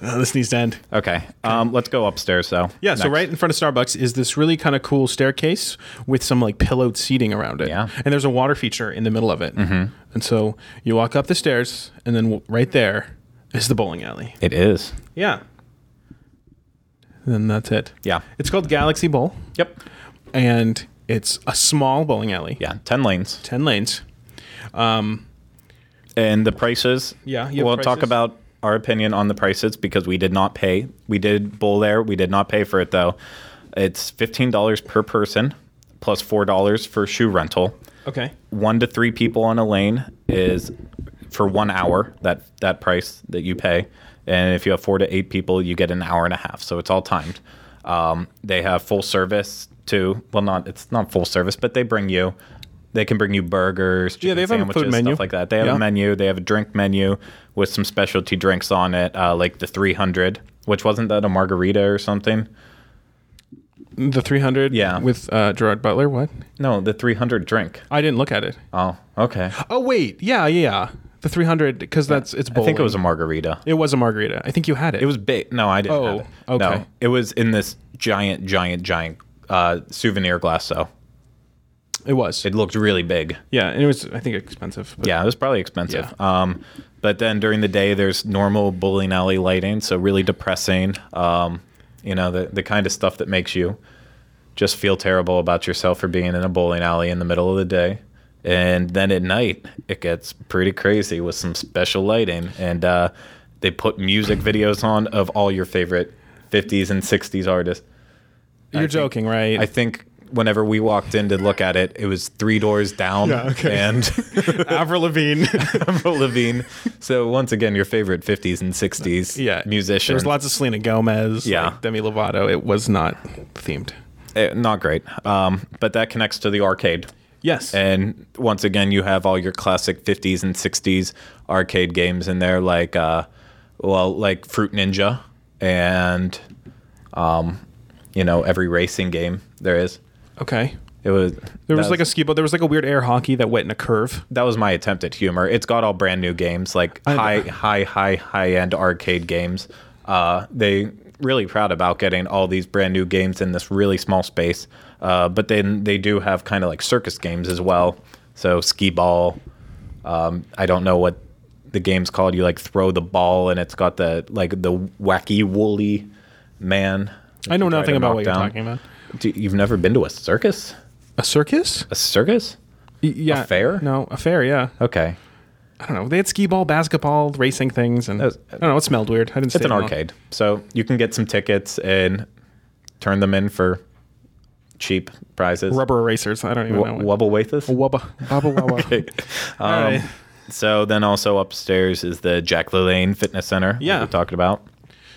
Uh, [LAUGHS] this needs to end.
Okay. Um, let's go upstairs though.
Yeah, so
Next.
right in front of Starbucks is this really kind of cool staircase with some like pillowed seating around it.
Yeah.
And there's a water feature in the middle of it. Mm-hmm. And so you walk up the stairs, and then w- right there is the bowling alley.
It is.
Yeah. And then that's it.
Yeah.
It's called Galaxy Bowl,
Yep.
and it's a small bowling alley,
Yeah. Ten lanes.
10 lanes. Um,
And the prices.
Yeah, you have
we'll talk
prices?
about our opinion on the prices because we did not pay. We did bowl there. We did not pay for it though. It's fifteen dollars per person, plus four dollars for shoe rental.
okay.
One to three people on a lane is for one hour. That that price that you pay, and if you have four to eight people, you get an hour and a half. So it's all timed. Um, they have full service too. Well, not it's not full service, but they bring you. They can bring you burgers,
Yeah, they
chicken
have a food
sandwiches,
menu.
stuff like that. They have
Yeah.
a menu. They have a drink menu with some specialty drinks on it, uh, like the 300, which wasn't that a margarita or something?
The 300
Yeah.
with uh, Gerard Butler. What?
No, the 300 drink.
I didn't look at it.
Oh, okay.
Oh, wait. Yeah, yeah, yeah. The 300, because that's it's
I
bowling.
think it was a margarita.
It was a margarita. I think you had it.
It was big. No, I didn't.
Oh,
have it.
okay.
No, it was in this giant, giant, giant uh, souvenir glass. So
It was.
it looked really big.
yeah, and it was. I think expensive. But
Yeah, it was probably expensive. Um, but then during the day, there's normal bowling alley lighting, so really depressing. Um, you know, the the kind of stuff that makes you just feel terrible about yourself for being in a bowling alley in the middle of the day. And then at night, it gets pretty crazy with some special lighting, and uh, they put music videos on of all your favorite 50s and 60s artists.
you're joking, right?
I think whenever we walked in to look at it, it was three doors down,
Yeah, okay. [LAUGHS]
and [LAUGHS]
Avril [LAUGHS] Lavigne.
Avril Lavigne. So once again, your favorite 50s and 60s
yeah,
musician.
There was lots of Selena Gomez.
Yeah.
like Demi Lovato. It was not themed.
Eh, not great, um, but that connects to the arcade.
Yes.
And once again, you have all your classic 50s and 60s arcade games in there, like uh, well, like Fruit Ninja, and um, you know every racing game there is.
okay.
It was
There was like a ski, but there was like a weird air hockey that went in a curve.
that was my attempt at humor. It's got all brand new games, like high, high, high, high end arcade games. Uh, they really proud about getting all these brand new games in this really small space. Uh, but then they do have kind of like circus games as well. So skee ball. Um, I don't know what the game's called. You like throw the ball and it's got the like the wacky woolly man.
I know
You try
nothing
to
about
knock
what you're
down.
talking about.
Do, you've never been to a circus?
A circus?
A circus?
Y- yeah.
fair?
No, a fair, yeah.
Okay,
I don't know. They had skee ball, basketball, racing things, and
That's-
I don't know. It smelled weird. I didn't.
it's
stay
an
long.
arcade, so you can get some tickets and turn them in for cheap prizes.
Rubber erasers. I don't even know.
W-
What.
Wubble Waithus?
Wubba. Bubba wubba. [LAUGHS]
Okay. [LAUGHS] Um,
right.
So then also upstairs is the Jack LaLanne Fitness Center. that
Yeah.
we talked about.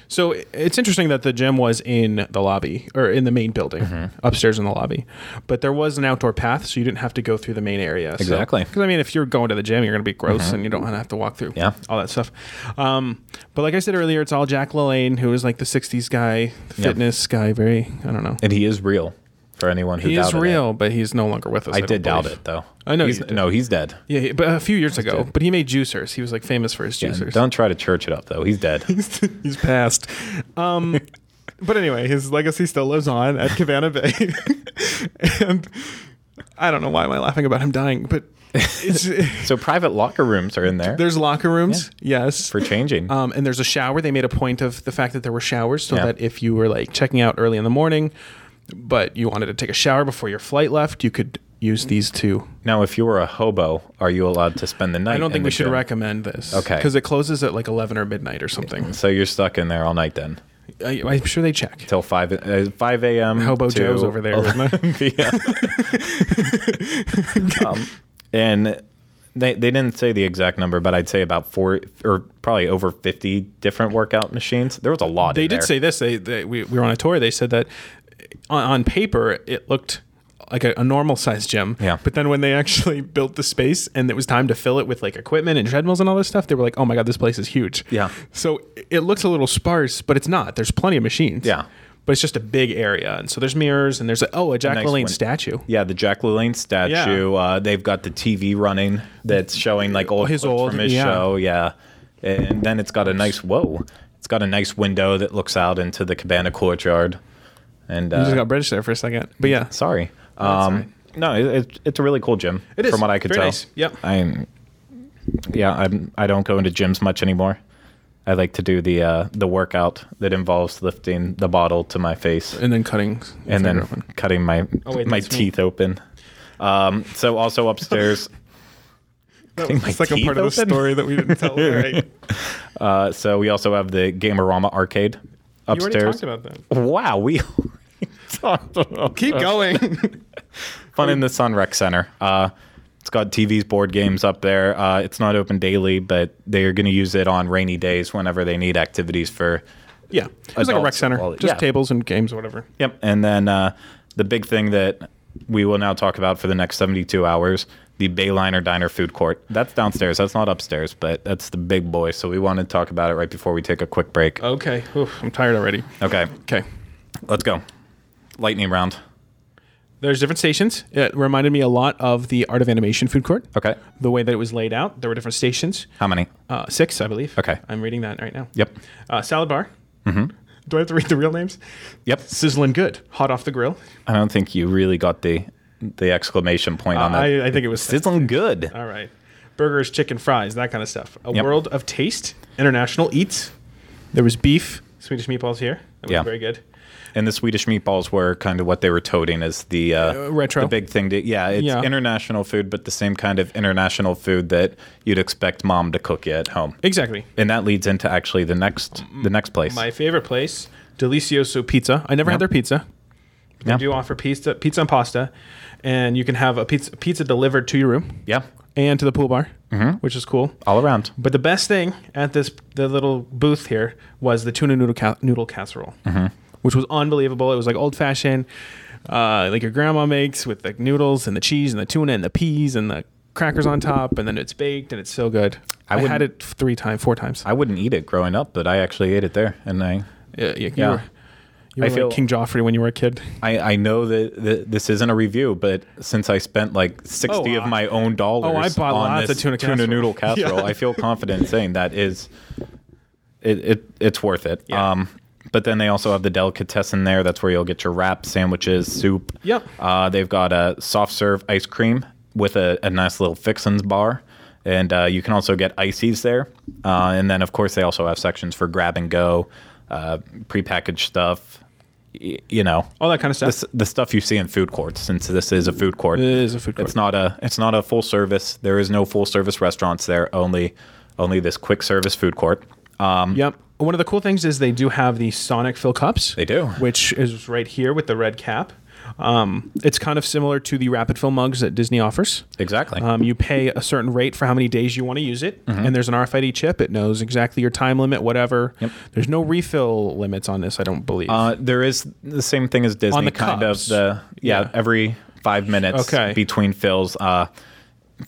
So i- it's interesting that the gym was in the lobby or in the main building,
Mm-hmm.
upstairs in the lobby, but there was an outdoor path, so you didn't have to go through the main area.
Exactly. Mm-hmm.
Because I mean, if you're going to the gym, you're going to be gross, and you don't want to have to walk through
Yeah.
all that stuff. Um, but like I said earlier, it's all Jack LaLanne, who is like the '60s guy,
Yeah.
fitness guy. Very, I don't know.
And he is real for anyone who
He is
doubted it.
real, but he's no longer with us.
I
don't
did doubt
believe.
it though.
I know
He's,
you did.
no, he's dead.
Yeah, he- but a few years ago.
dead.
But he made juicers. He was like famous for his
Yeah,
juicers.
don't try to church it up though. He's dead.
[LAUGHS] He's passed. [LAUGHS] Um, but anyway, his legacy still lives on at Cabana Bay. [LAUGHS] and I don't know why am I laughing about him dying, but it's, [LAUGHS]
so private locker rooms are in there
there's locker rooms, yes.
for changing.
um, and there's a shower. They made a point of the fact that there were showers so
Yeah.
that if you were like checking out early in the morning, but you wanted to take a shower before your flight left, you could use these two.
now, if you were a hobo, are you allowed to spend the night?
I don't
in
think
the
we should
gym?
recommend this.
Okay.
Because it closes at like 11 or midnight or something.
So you're stuck in there all night then,
I, I'm sure they check.
till five uh, five a.m.
Hobo
to
Joe's over there,
[LAUGHS]
isn't
11 p.m.
[LAUGHS]
um, and they they didn't say the exact number, but I'd say about four or probably over fifty different workout machines. There was a lot.
They
in
did
there.
say this. They, they we, we were on a tour. They said that on, on paper it looked like a, a normal sized gym.
Yeah.
But then when they actually [LAUGHS] built the space and it was time to fill it with like equipment and treadmills and all this stuff, they were like, "Oh my god, this place is huge."
Yeah.
So it- it looks a little sparse, but it's not. There's plenty of machines.
Yeah.
But it's just a big area, and so there's mirrors, and there's a, oh a Jack
nice
LaLanne
win-
statue.
Yeah, the Jack LaLanne statue. Uh, they've got the TV running that's showing like old
His
clips
old-
from his
yeah.
show. Yeah, and then it's got a nice whoa. It's got a nice window that looks out into the Cabana courtyard. And
I just
uh,
got British there for a second, but yeah.
sorry, um, no, it, it, it's a really cool gym.
It is.
from what I could
Very
tell.
nice. Yep.
I'm. Yeah, I'm. I don't go into gyms much anymore. I like to do the uh, the workout that involves lifting the bottle to my face
And then cutting,
and then cutting my
Oh, wait,
my
that's me.
teeth open. Um, so also
[LAUGHS]
upstairs.
that
cutting
was
my
the second
teeth
part of the
open?
story that we didn't
[LAUGHS]
tell. All right.
uh, so we also have the Gamerama arcade
You already
upstairs.
talked about that. Uh,
wow, we [LAUGHS] already talked about
Keep [LAUGHS] going.
Fun in the Sun Rec Center. Uh, it's got TVs, board games up there. Uh, it's not open daily, but they are going to use it on rainy days whenever they need activities for.
Yeah, it was like a rec
Adults,
center,
well,
just
yeah.
tables and games or whatever.
Yep. And then uh, the big thing that we will now talk about for the next 72 hours the Bayliner Diner food court. That's downstairs. That's not upstairs, but that's the big boy. So we want to talk about it right before we take a quick break.
Okay, Oof, I'm tired already.
Okay,
Okay,
let's go. Lightning round.
there's different stations. It reminded me a lot of the Art of Animation food court.
Okay.
The way that it was laid out, there were different stations.
How many?
Uh, six, I believe.
Okay.
I'm reading that right now.
Yep.
Uh, salad bar. Mm-hmm. Do I have to read the real names?
Yep.
Sizzling good, hot off the grill.
I don't think you really got the the exclamation point on that.
I, I think it was
Sizzling good.
All right, burgers, chicken fries, that kind of stuff. A
Yep.
world of taste, international eats. There was beef, Swedish meatballs here. That was
Yeah.
very good.
And the Swedish meatballs were kind of what they were toting as the uh,
Uh, retro.
the big thing. To, yeah, it's
Yeah.
international food, but the same kind of international food that you'd expect mom to cook you at home.
Exactly.
And that leads into actually the next the next place.
My favorite place, Delicioso Pizza. I never had their pizza. They
Yeah.
do offer pizza, pizza and pasta, and you can have a pizza, pizza delivered to your room
yeah,
and to the pool bar,
Mm-hmm.
which is cool.
all around.
But the best thing at this the little booth here was the tuna noodle ca- noodle casserole,
Mm-hmm.
which was unbelievable. It was like old fashioned, uh, like your grandma makes with the noodles and the cheese and the tuna and the peas and the crackers on top, and then it's baked and it's so good. I,
wouldn't-
had it three times, four times.
I wouldn't eat it growing up, but I actually ate it there, and I
yeah, yeah, you
Yeah.
were, you
I
were like
feel-
King Joffrey when you were a kid.
I, I know that, that this isn't a review, but since I spent like sixty
Oh,
of
I-
my own dollars
Oh, I bought
on
lots
this
of tuna casserole.
noodle
[LAUGHS] Yeah.
casserole, I feel confident saying that is it, it it's worth it.
Yeah.
Um, But then they also have the delicatessen there. That's where you'll get your wraps, sandwiches, soup.
Yep.
Uh, they've got a soft serve ice cream with a, a nice little fixins bar. And uh, you can also get ices there. Uh, and then, of course, they also have sections for grab and go, uh, prepackaged stuff, y- you know,
All that kind of stuff. Uh,
the, the stuff you see in food courts, since this is a food court.
It is a food court.
It's not a it's not a full service. There is no full service restaurants there. Only only this quick service food court. Um,
Yep. One of the cool things is they do have the Sonic fill cups.
They do.
Which is right here with the red cap. Um, it's kind of similar to the rapid fill mugs that Disney offers.
exactly.
Um, you pay a certain rate for how many days you want to use it, and there's an RFID chip. It knows exactly your time limit, whatever. Yep. There's no refill limits on this, I don't believe.
uh, there is the same thing as Disney,
the
kind
cups.
of the yeah,
Yeah.
every five minutes
Okay.
between fills. Uh,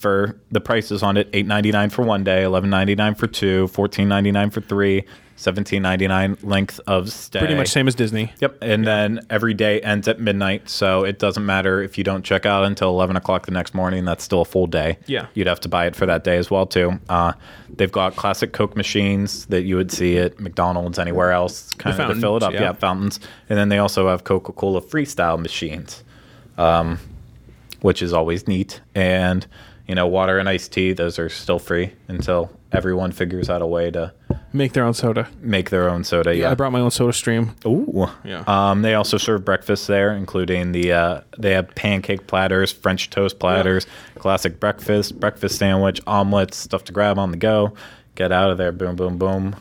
for the prices on it, eight ninety nine for one day, eleven ninety nine for two, fourteen ninety nine for three, seventeen ninety nine length of stay.
Pretty much same as Disney.
Yep. And then every day ends at midnight. So it doesn't matter if you don't check out until 11 o'clock the next morning. That's still a full day.
Yeah.
You'd have to buy it for that day as well, too. Uh, they've got classic Coke machines that you would see at McDonald's, anywhere else, kind of to fill it up.
fountains, yeah.
Yeah. fountains. And then they also have Coca Cola freestyle machines, um, which is always neat. And, you know, water and iced tea, those are still free until everyone figures out a way to
Make their own soda.
make their own soda. Yeah.
I brought my own soda stream.
Ooh.
Yeah.
Um, they also serve breakfast there, including the uh, they have pancake platters, French toast platters, classic breakfast, breakfast sandwich, omelets, stuff to grab on the go. Get out of there, boom, boom, boom.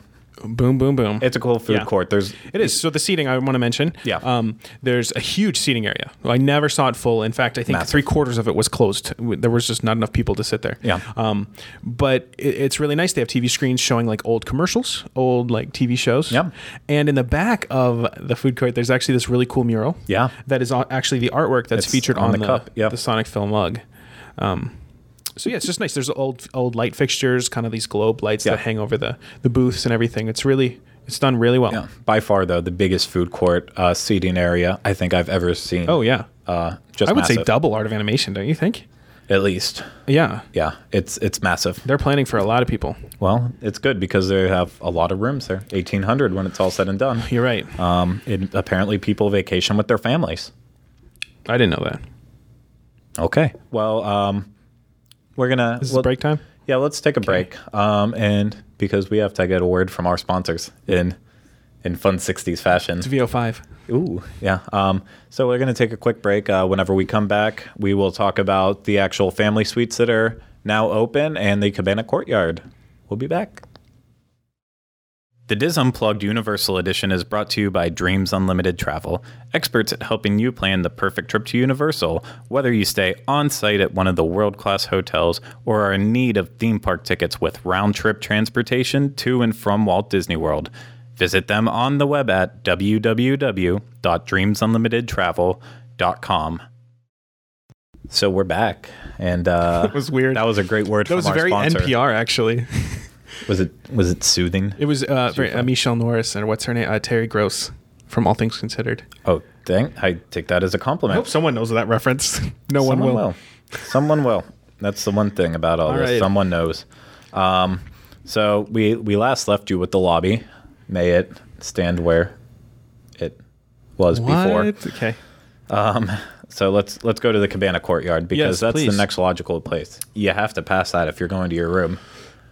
Boom, boom, boom.
It's a cool food
Yeah.
court. There's
It is. So the seating I want to mention.
Yeah.
Um, there's a huge seating area. I never saw it full. In fact, I think
Massive.
three quarters of it was closed. W- There was just not enough people to sit there.
Yeah.
Um, but it, it's really nice. They have TV screens showing like old commercials, old like TV shows.
Yeah.
And in the back of the food court, there's actually this really cool mural.
Yeah.
That is a- actually the artwork that's
It's
featured on,
on the
the,
cup. Yeah.
the Sonic film mug. Um, so yeah, it's just nice. There's old old light fixtures, kind of these globe lights
Yeah.
that hang over the the booths and everything. It's really it's done really well.
yeah, by far though the biggest food court uh, seating area I think I've ever seen.
Oh yeah.
uh, just
I would say
massive,
double Art of Animation, don't you think?
at least.
Yeah.
Yeah, it's it's massive.
They're planning for a lot of people.
Well, it's good because they have a lot of rooms there, eighteen hundred when it's all said and
[LAUGHS]
done.
You're right.
Um, and apparently people vacation with their families.
I didn't know that.
Okay. Well, um, we're gonna
Is this
well,
break time?
Yeah, let's take a break. Um, and because we have to get a word from our sponsors in in fun '60s fashion.
It's VO5.
Ooh, yeah. Um, so we're gonna take a quick break. Uh, whenever we come back, we will talk about the actual family suites that are now open and the Cabana Courtyard. We'll be back. The Diz Unplugged Universal Edition is brought to you by Dreams Unlimited Travel, experts at helping you plan the perfect trip to Universal, whether you stay on site at one of the world class hotels or are in need of theme park tickets with round trip transportation to and from Walt Disney World. Visit them on the web at www.dreamsunlimitedtravel.com. So we're back, and
[LAUGHS]
uh, that
was weird.
That was a great word.
That was
from our
very
sponsor.
NPR, actually.
Was it was it soothing?
It was uh, very, uh, Michelle Norris and what's her name? Uh, Terry Gross from All Things Considered.
Oh, dang! I take that as a
I
compliment.
hope someone knows that reference. [LAUGHS] No one
Someone
will.
will. Someone will. That's the one thing about all, this.
right.
Someone knows. Um, so we we last left you with the lobby. May it stand where it was before. Um,
What? Okay.
So let's let's go to the cabana courtyard because
Yes,
that's
please.
the next logical place. You have to pass that if you're going to your room.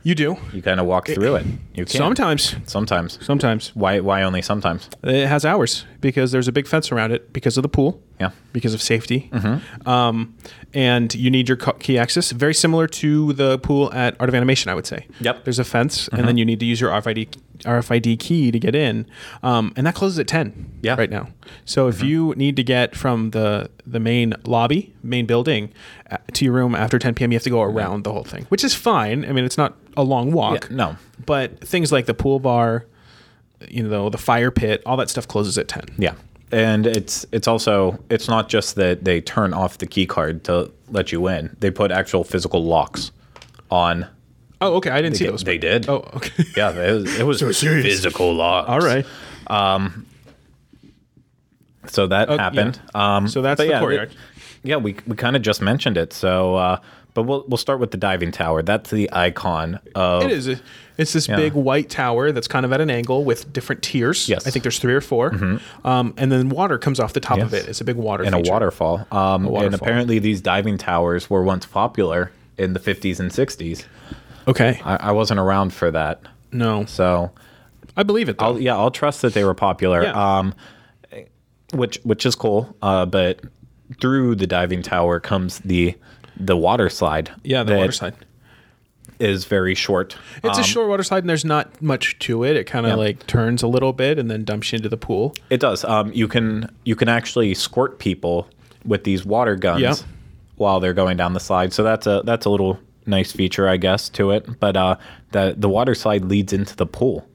You do.
You kind of walk through it. You can
Sometimes.
Sometimes.
Sometimes.
Why why only sometimes?
It has hours because there's a big fence around it because of the pool.
Yeah.
because of safety.
Mm-hmm.
Um, and you need your co- key access, very similar to the pool at Art of Animation, I would say.
Yep. Mm-hmm.
There's a fence, and then you need to use your RFID RFID key to get in, um, and that closes at ten.
Yeah. Mm-hmm.
Right now. So if you need to get from the the main lobby, main building, uh, to your room after ten p.m., you have to go around the whole thing, which is fine. I mean, it's not a long walk.
Yeah, no.
But things like the pool bar, you know, the fire pit, all that stuff closes at ten.
Yeah. And it's it's also it's not just that they turn off the key card to let you in. They put actual physical locks on.
Oh, okay. I didn't see
They,
those.
they did.
Oh, okay.
Yeah, it was, it was
serious.
physical locks.
All right.
So that
yeah.
happened. Um,
So that's
but
the
yeah,
courtyard.
th- yeah, we, we kind of just mentioned it. So uh, But we'll we'll start with the diving tower. That's the icon of
It is. It- It's this big white tower that's kind of at an angle with different
Yes.
tiers.
Mm-hmm.
I think there's three or 4 Um, and then water comes off the top of
Yes.
it. It's a big water.
and a
feature.
waterfall. Um, And
waterfall.
apparently, these diving towers were once popular in the 50s and 60s.
Okay.
I, I wasn't around for that,
No,
so
I believe it. Though.
I'll, yeah, I'll trust that they were popular.
Yeah.
Um, which which is cool. Uh, but through the diving tower comes the the water slide.
yeah, the
that
water slide.
is very short. Uh,
It's a short water slide, and there's not much to it. It kind of like turns a little bit and then dumps you into the pool.
It does. Um, you can you can actually squirt people with these water guns
Yeah.
while they're going down the slide. So that's a that's a little nice feature, I guess, to it. But uh, the the water slide leads into the pool.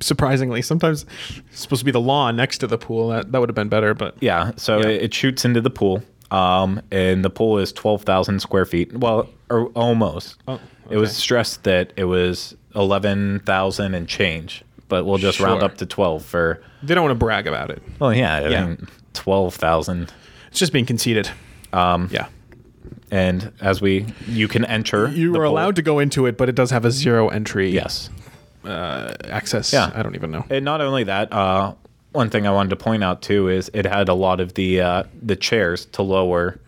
Surprisingly, sometimes it's supposed to be the lawn next to the pool. That that would have been better, but
Yeah. So It, it shoots into the pool. Um, and the pool is twelve thousand square feet. Well, or almost.
Oh,
It was stressed that it was eleven thousand and change, but we'll just round
Sure.
up to twelve for.
they don't want to brag about it.
Well, yeah, I
Yeah.
mean, twelve thousand.
It's just being conceited. Um, yeah.
And as we, you can enter.
You
the
are
pool.
allowed to go into it, but it does have a zero entry
Yes.
uh, access.
Yeah.
I don't even know.
And not only that, uh, one thing I wanted to point out too is it had a lot of the uh, the chairs to lower,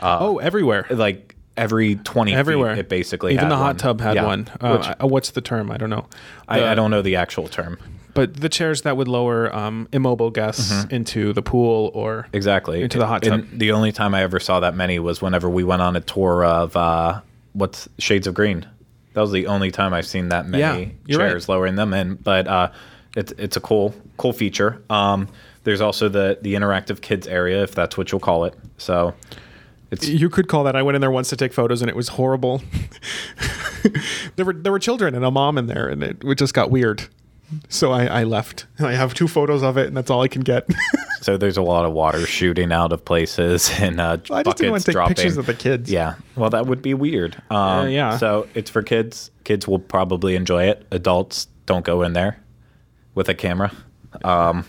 Uh,
oh, everywhere.
like every twenty feet,
everywhere.
it basically
even
had
the hot
one.
tub had
Yeah.
one. Uh,
Which
I- what's the term? I don't know.
I, I
The-
don't know the actual term
But the chairs that would lower um, immobile guests into the pool or
Mm-hmm. exactly.
Into the hot
And the only time I ever saw that many was whenever we went on a tour of uh, what's Shades of Green. That was the only time I've seen that many
Yeah, you're right.
chairs lowering them in. But uh, it's it's a cool cool feature. Um, there's also the the interactive kids area, if that's what you'll call it. So it's
You could call that. I went in there once to take photos, and it was horrible. [LAUGHS] there were there were children and a mom in there, and it, it just got weird. So I, I left. I have two photos of it, and that's all I can get. [LAUGHS]
So there's a lot of water shooting out of places [LAUGHS] and uh,
I just
buckets
didn't want to take
dropping.
pictures of the kids. Uh,
Yeah, well, that would be weird. Um,
yeah.
So it's for kids. Kids will probably enjoy it. Adults don't go in there with a camera. Um,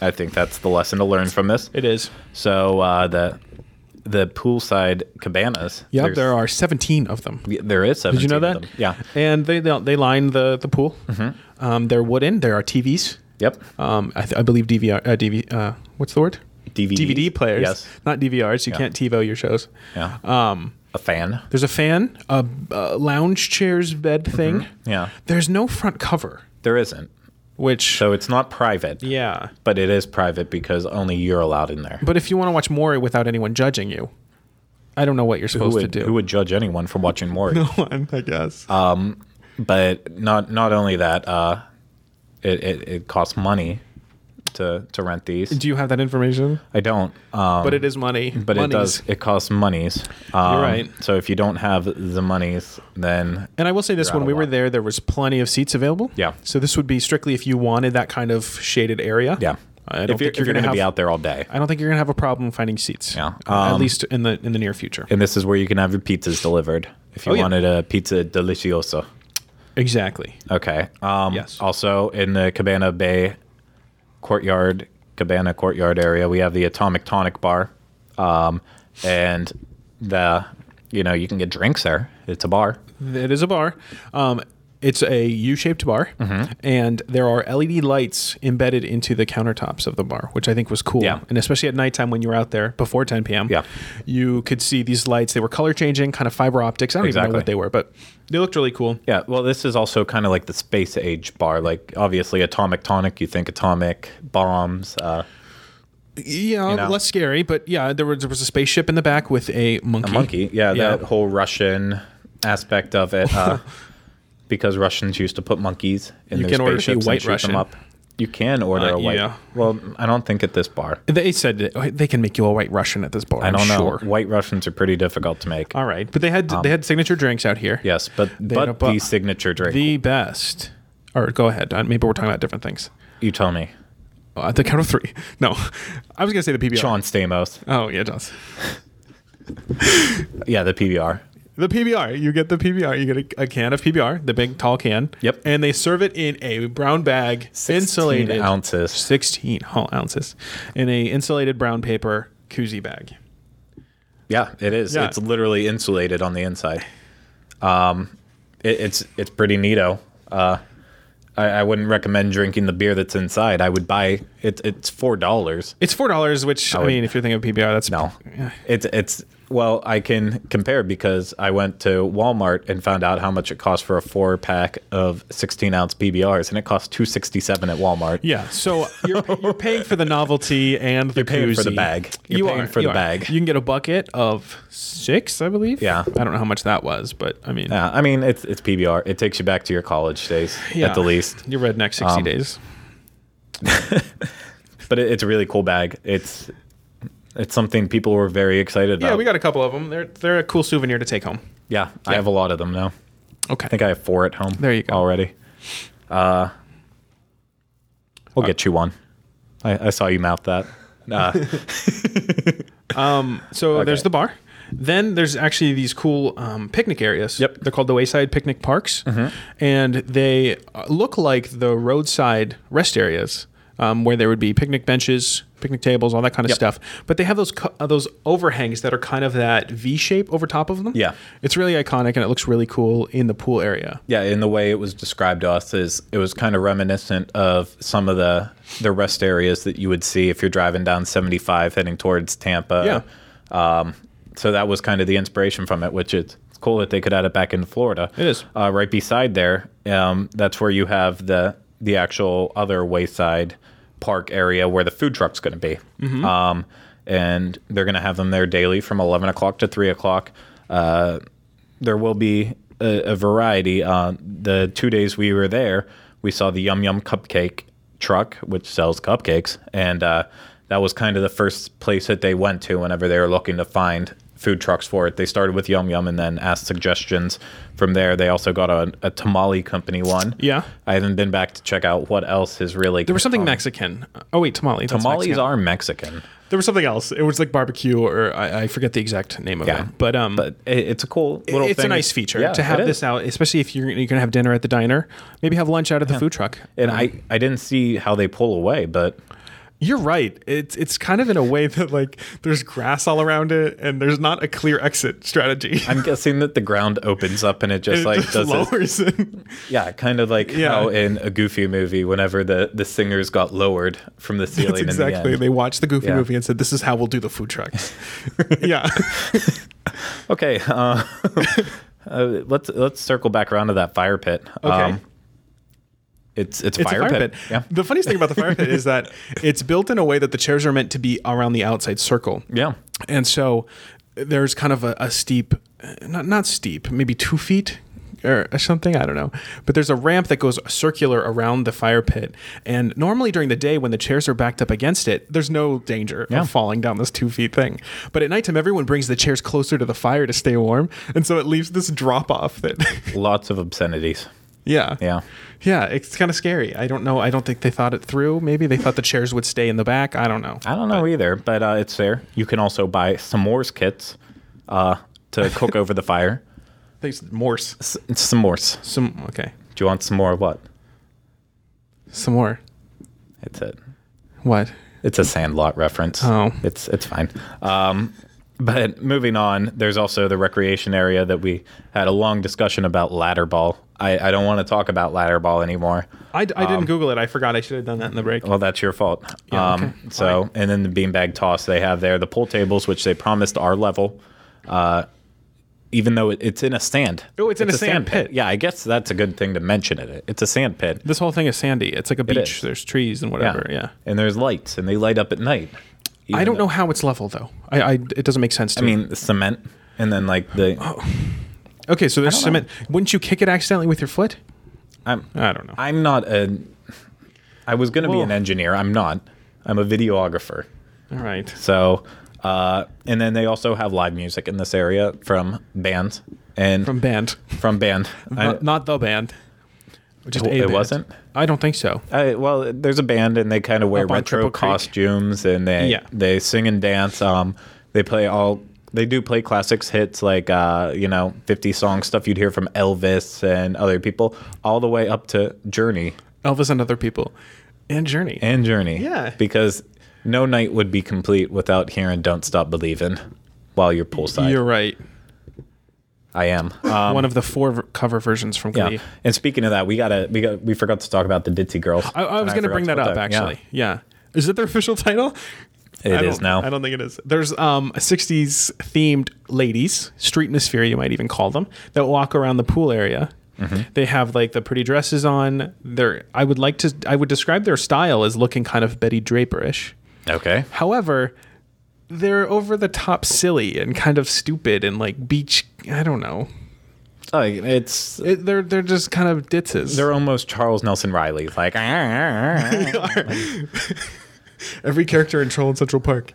I think that's the lesson to learn from this.
It is.
So uh, the the poolside cabanas.
Yep,
there's-
there are 17 of them.
y- There is.
Did you know that?
Yeah.
And they they, they line the the pool.
Mm-hmm.
Um, they're wooden. There are TVs.
Yep.
Um, I, th- I believe DVR. Uh, DV, uh, what's the word?
DVDs.
DVD players.
Yes.
Not DVRs. You can't TiVo your shows.
Yeah.
Um,
a fan.
there's a fan, a, a lounge chairs bed
Mm-hmm.
thing.
Yeah.
There's no front cover,
There isn't.
which
So it's not private.
yeah.
But it is private because only you're allowed in there.
But if you want to watch more without anyone judging you, I don't know what you're supposed
who would,
to do. Uh,
who would judge anyone from watching
[LAUGHS]
Maury?
no
[LAUGHS]
one, I guess.
But not not only that, uh, it, it, it costs money to to rent these.
do you have that information?
I don't. Um,
but it is money.
but it does. It costs monies. Um,
right.
So if you don't have the monies, then
And I will say this:
You're out
when
of
we were
luck.
there, there was plenty of seats available.
Yeah.
So this would be strictly if you wanted that kind of shaded area.
yeah.
I don't
if you're,
think you're
going
gonna
to be
have-
out there all day,
I don't think you're gonna have a problem finding seats.
Yeah.
Uh, at
Um,
least in the in the near future.
and this is where you can have your pizzas delivered if you
Oh, yeah.
wanted a pizza delicioso.
Exactly.
Okay. Um,
Yes.
Also, in the Cabana Bay courtyard, Cabana courtyard area, we have the Atomic Tonic Bar, um, and the you know you can get drinks there. It's a bar.
It is a bar. Um, it's a U-shaped bar,
Mm-hmm.
and there are LED lights embedded into the countertops of the bar, which I think was cool.
Yeah.
And especially at nighttime when you were out there before 10 p.m.
Yeah.
You could see these lights. They were color changing, kind of fiber optics. I don't even
Exactly.
know what they were, but they looked really cool.
Yeah. Well, this is also kind of like the space age bar. Like obviously, Atomic Tonic. You think atomic bombs. Uh,
Yeah,
know?
less scary, but yeah, there was there was a spaceship in the back with a monkey.
monkey. Yeah,
Yeah.
That whole Russian aspect of it.
[LAUGHS]
Uh, Because Russians used to put monkeys in
You
their
can order a
spaceships and
white
shoot
Russian.
them up. You can order
Uh,
a white.
yeah.
Well, I don't think at this bar.
They said that they can make you a white Russian at this bar.
I don't know.
sure.
White Russians are pretty difficult to make.
All right, but they had they
Um,
had signature drinks out here.
yes, but
don't-
but
but-
the signature drink.
the best. Or go ahead. Uh, Maybe we're talking about different things.
you tell me,
Uh, at the count of three. [LAUGHS] No, I was gonna say the PBR.
Sean Stamos.
Oh yeah, John.
Yeah, the PBR.
The PBR. You get the PBR. You get a, a can of PBR, the big tall can.
Yep.
And they serve it in a brown bag,
16
insulated
ounces.
sixteen whole ounces, in a insulated brown paper koozie bag.
Yeah, it is.
Yeah.
It's literally insulated on the inside. Um, it, it's it's pretty neato. Uh, I, I wouldn't recommend drinking the beer that's inside. I would buy it. It's four dollars.
It's four dollars, which I,
would-
mean, if you're thinking of PBR, that's
No, it's it's well, I can compare because I went to Walmart and found out how much it cost for a four pack of sixteen ounce PBRs, and it cost two sixty seven at Walmart.
Yeah, [LAUGHS] so you're, you're paying for the novelty and the you're
paying for the bag. You're
you
paying
are,
for
you
the
are.
bag.
You can get a bucket of six, I believe.
Yeah.
I don't know how much that was, but I mean,
Yeah, I mean it's it's PBR. It takes you back to your college days
yeah.
at the least.
Your redneck sixty days.
But it, it's a really cool bag. It's it's something people were very excited about.
Yeah, we got a couple of them. They're they're a cool souvenir to take home.
Yeah, I have a lot of them now.
Okay.
I think I have four at home.
There you go.
Already. Uh, we'll get you one. I, I saw you mouth that.
[LAUGHS]
Uh,
So there's
Okay.
the bar. Then there's actually these cool um, picnic areas.
Yep. Mm-hmm.
They're called the Wayside Picnic Parks. And they uh, look like the roadside rest areas um, where there would be picnic benches, picnic tables, all that kind of stuff. But they have those co- uh, those overhangs that are kind of that V shape over top of them.
Yeah.
It's really iconic and it looks really cool in the pool area.
yeah, in the way it was described to us is it was kind of reminiscent of some of the the rest areas that you would see if you're driving down 75 heading towards Tampa. Yeah. Um, so that was kind of the inspiration from it, which is it's cool that they could add it back in Florida.
It is.
Uh, right beside there, um, that's where you have the the actual other wayside park area where the food truck's going to be.
Mm-hmm.
Um, and they're going to have them there daily from 11 o'clock to 3 o'clock. Uh, there will be a, a variety. Uh, the two days we were there, we saw the Yum Yum Cupcake truck, which sells cupcakes, and uh, that was kind of the first place that they went to whenever they were looking to find food trucks for it. They started with Yum Yum and then asked suggestions from there. They also got a, a tamale company one.
Yeah.
I haven't been back to check out what else is really.
There was something Mexican. Oh, wait, tamale. That's
Tamales
Mexican.
are Mexican,
There was something else. It was like barbecue or I, I forget the exact name of
Yeah.
it. But, um,
but it, it's a cool little
it's
thing.
a nice feature
Yeah,
to have
it is.
this out, especially if you're, you're going to have dinner at the diner. Maybe have lunch out at the food truck.
And I, I didn't see how they pull away, but
You're right. It's it's kind of in a way that like there's grass all around it, and there's not a clear exit strategy.
I'm guessing that the ground opens up and it just
[LAUGHS] It
like
just
does this-
lowers it. [LAUGHS]
yeah, kind of like
Yeah.
how in a Goofy movie, whenever the the singers got lowered from the ceiling.
[LAUGHS]
in
That's
the
exactly.
end.
They watched the Goofy
Yeah.
movie and said, "This is how we'll do the
[LAUGHS]
food trucks." [LAUGHS] yeah,
Okay, uh, [LAUGHS] uh, let's let's circle back around to that fire pit. Um,
Okay.
it's it's,
it's a fire pit.
Yeah,
The funniest thing about the fire pit is that it's built in a way that the chairs are meant to be around the outside circle.
yeah,
And so there's kind of a, a steep, not not steep, maybe two feet or something. I don't know. But there's a ramp that goes circular around the fire pit. And normally during the day, when the chairs are backed up against it, there's no danger
Yeah.
of falling down this two feet thing. But at nighttime, everyone brings the chairs closer to the fire to stay warm, and so it leaves this drop off. That [LAUGHS]
lots of obscenities.
yeah,
Yeah,
yeah, it's kind of scary. I don't know. I don't think they thought it through. Maybe they thought the chairs would stay in the back. I don't know.
I don't know either, but uh, it's there. You can also buy s'mores kits uh, to
[LAUGHS]
cook over the fire.
There's Morse.
S- s'mores.
Some okay.
Do you want some more? of What?
Some more.
It's it.
What?
It's a Sandlot reference.
Oh.
it's it's fine. Um, but moving on, there's also the recreation area that we had a long discussion about ladder ball. I, I don't want to talk about ladder ball anymore.
I, I
Um,
didn't Google it. I forgot. I should have done that in the break.
Well, that's your fault.
Yeah,
um,
okay.
So, and then the beanbag toss they have there, the pool tables, which they promised are level, uh, even though it, it's in a sand.
Oh, it's in a sand pit.
Yeah, I guess that's a good thing to mention it. It's a sand pit.
This whole thing is sandy. It's like a beach.
is.
There's trees and whatever. Yeah.
And there's lights, and they light up at night.
I
even
don't know how it's level though. I, I it doesn't make sense to
I mean, the cement, and then like the
Oh, Okay, so there's
I don't know.
cement. Wouldn't you kick it accidentally with your foot?
I'm
I don't know.
I'm not a I was going to be
Well-
an engineer. I'm not. I'm a videographer.
All right.
So, uh, and then they also have live music in this area from bands and
From band.
from band. I-
not, not the band. Just
It-
a
it
band.
wasn't?
I don't think so.
I- well, there's a band and they kind of wear
Up on
retro
Cripple Creek.
costumes and they
Yeah.
they sing and dance. Um, they play all they do play classics hits like uh, you know 50 song stuff you'd hear from Elvis and other people all the way up to Journey
Elvis and other people, and Journey.
and Journey.
Yeah.
Because no night would be complete without hearing Don't Stop Believin'. while you're poolside.
You're right.
I am. Um,
One of the four v- cover versions from Glee.
yeah. And speaking of that, we gotta we got we forgot to talk about the Ditzy Girls.
I, I was
And
going to
forgot
bring that
put
up
yeah.
actually. Yeah. Is it their official [LAUGHS] title?
It
It is
is now.
I don't think it is. There's um, 60s themed ladies, street atmosphere, you might even call them, that walk around the pool area.
Mm-hmm.
They have like the pretty dresses on. They're, I would like to, I would describe their style as looking kind of Betty Draperish.
Okay.
However, they're over the top silly and kind of stupid and like beach. I don't know.
Like it's
It, they're they're just kind of ditzes.
they're almost Charles Nelson Riley. Like [LAUGHS]
every character in Troll in Central [LAUGHS] Park.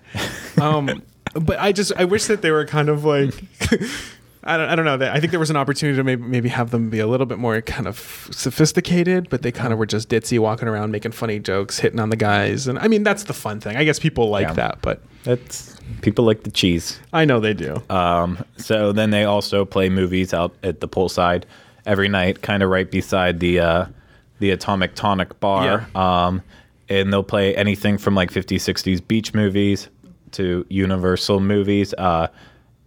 Um, but I just I wish that they were kind of like [LAUGHS] I don't I don't know. That I think there was an opportunity to maybe maybe have them be a little bit more kind of sophisticated, but they kind of were just ditzy, walking around making funny jokes, hitting on the guys, and I mean that's the fun thing. I guess people like
Yeah.
that, but
it's people like the cheese.
I know they do.
Um, so then they also play movies out at the poolside every night, kind of right beside the uh, the Atomic Tonic bar. Um, and they'll play anything from like 50s, 60s beach movies to Universal movies. Uh,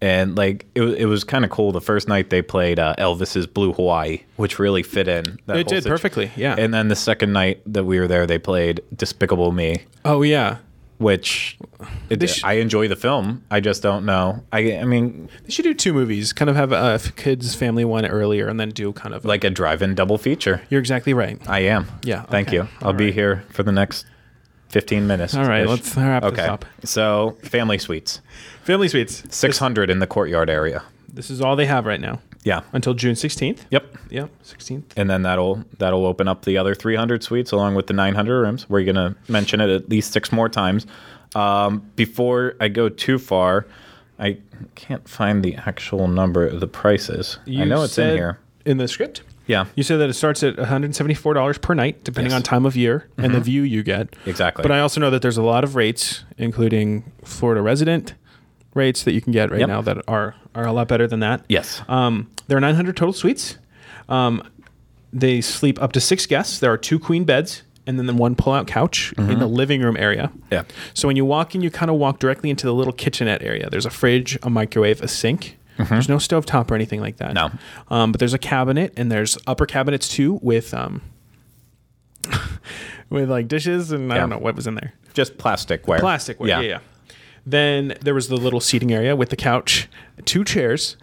and like it, wa- it was kind of cool. The first night they played uh, Elvis's Blue Hawaii, which really fit in. That
It
whole
did
situ-
perfectly, yeah.
And then the second night that we were there, they played Despicable Me
oh yeah,
which it,
sh-
I enjoy the film. I just don't know. I I mean,
they should do two movies. Kind of have a kids family one earlier, and then do kind of
like a drive-in double feature.
You're exactly right.
I am.
Yeah,
Thank
okay.
you. I'll be here for the next fifteen minutes.
All right, let's wrap this
okay.
up.
So family suites,
Family Suites.
six hundred in the courtyard area.
This is all they have right now
Yeah.
until June 16th.
Yep.
Yep, 16th.
And then that'll that'll open up the other 300 suites along with the 900 rooms. We're gonna mention it at least six more times. Um, before I go too far, I can't find the actual number of the prices. I know it's in
said
here.
In the script?
Yeah.
You said that it starts at $174 per night, depending
Yes. Mm-hmm.
on time of year and the view you get.
Exactly.
But I also know that there's a lot of rates, including Florida resident rates that you can get right
Yep.
now that are, are a lot better than that.
Yes.
Um, there are 900 total suites. Um, they sleep up to six guests. There are two queen beds and then the one pull-out couch in
Mm-hmm.
the living room area.
Yeah.
So when you walk in, you kind of walk directly into the little kitchenette area. There's a fridge, a microwave, a sink. There's no stovetop or anything like that.
Mm-hmm. No.
Um, but there's a cabinet, and there's upper cabinets too with um, [LAUGHS] with like dishes and I don't
Yeah.
know what was in there.
Just plasticware.
Plasticware. Yeah. yeah, Then there was the little seating area with the couch, two chairs,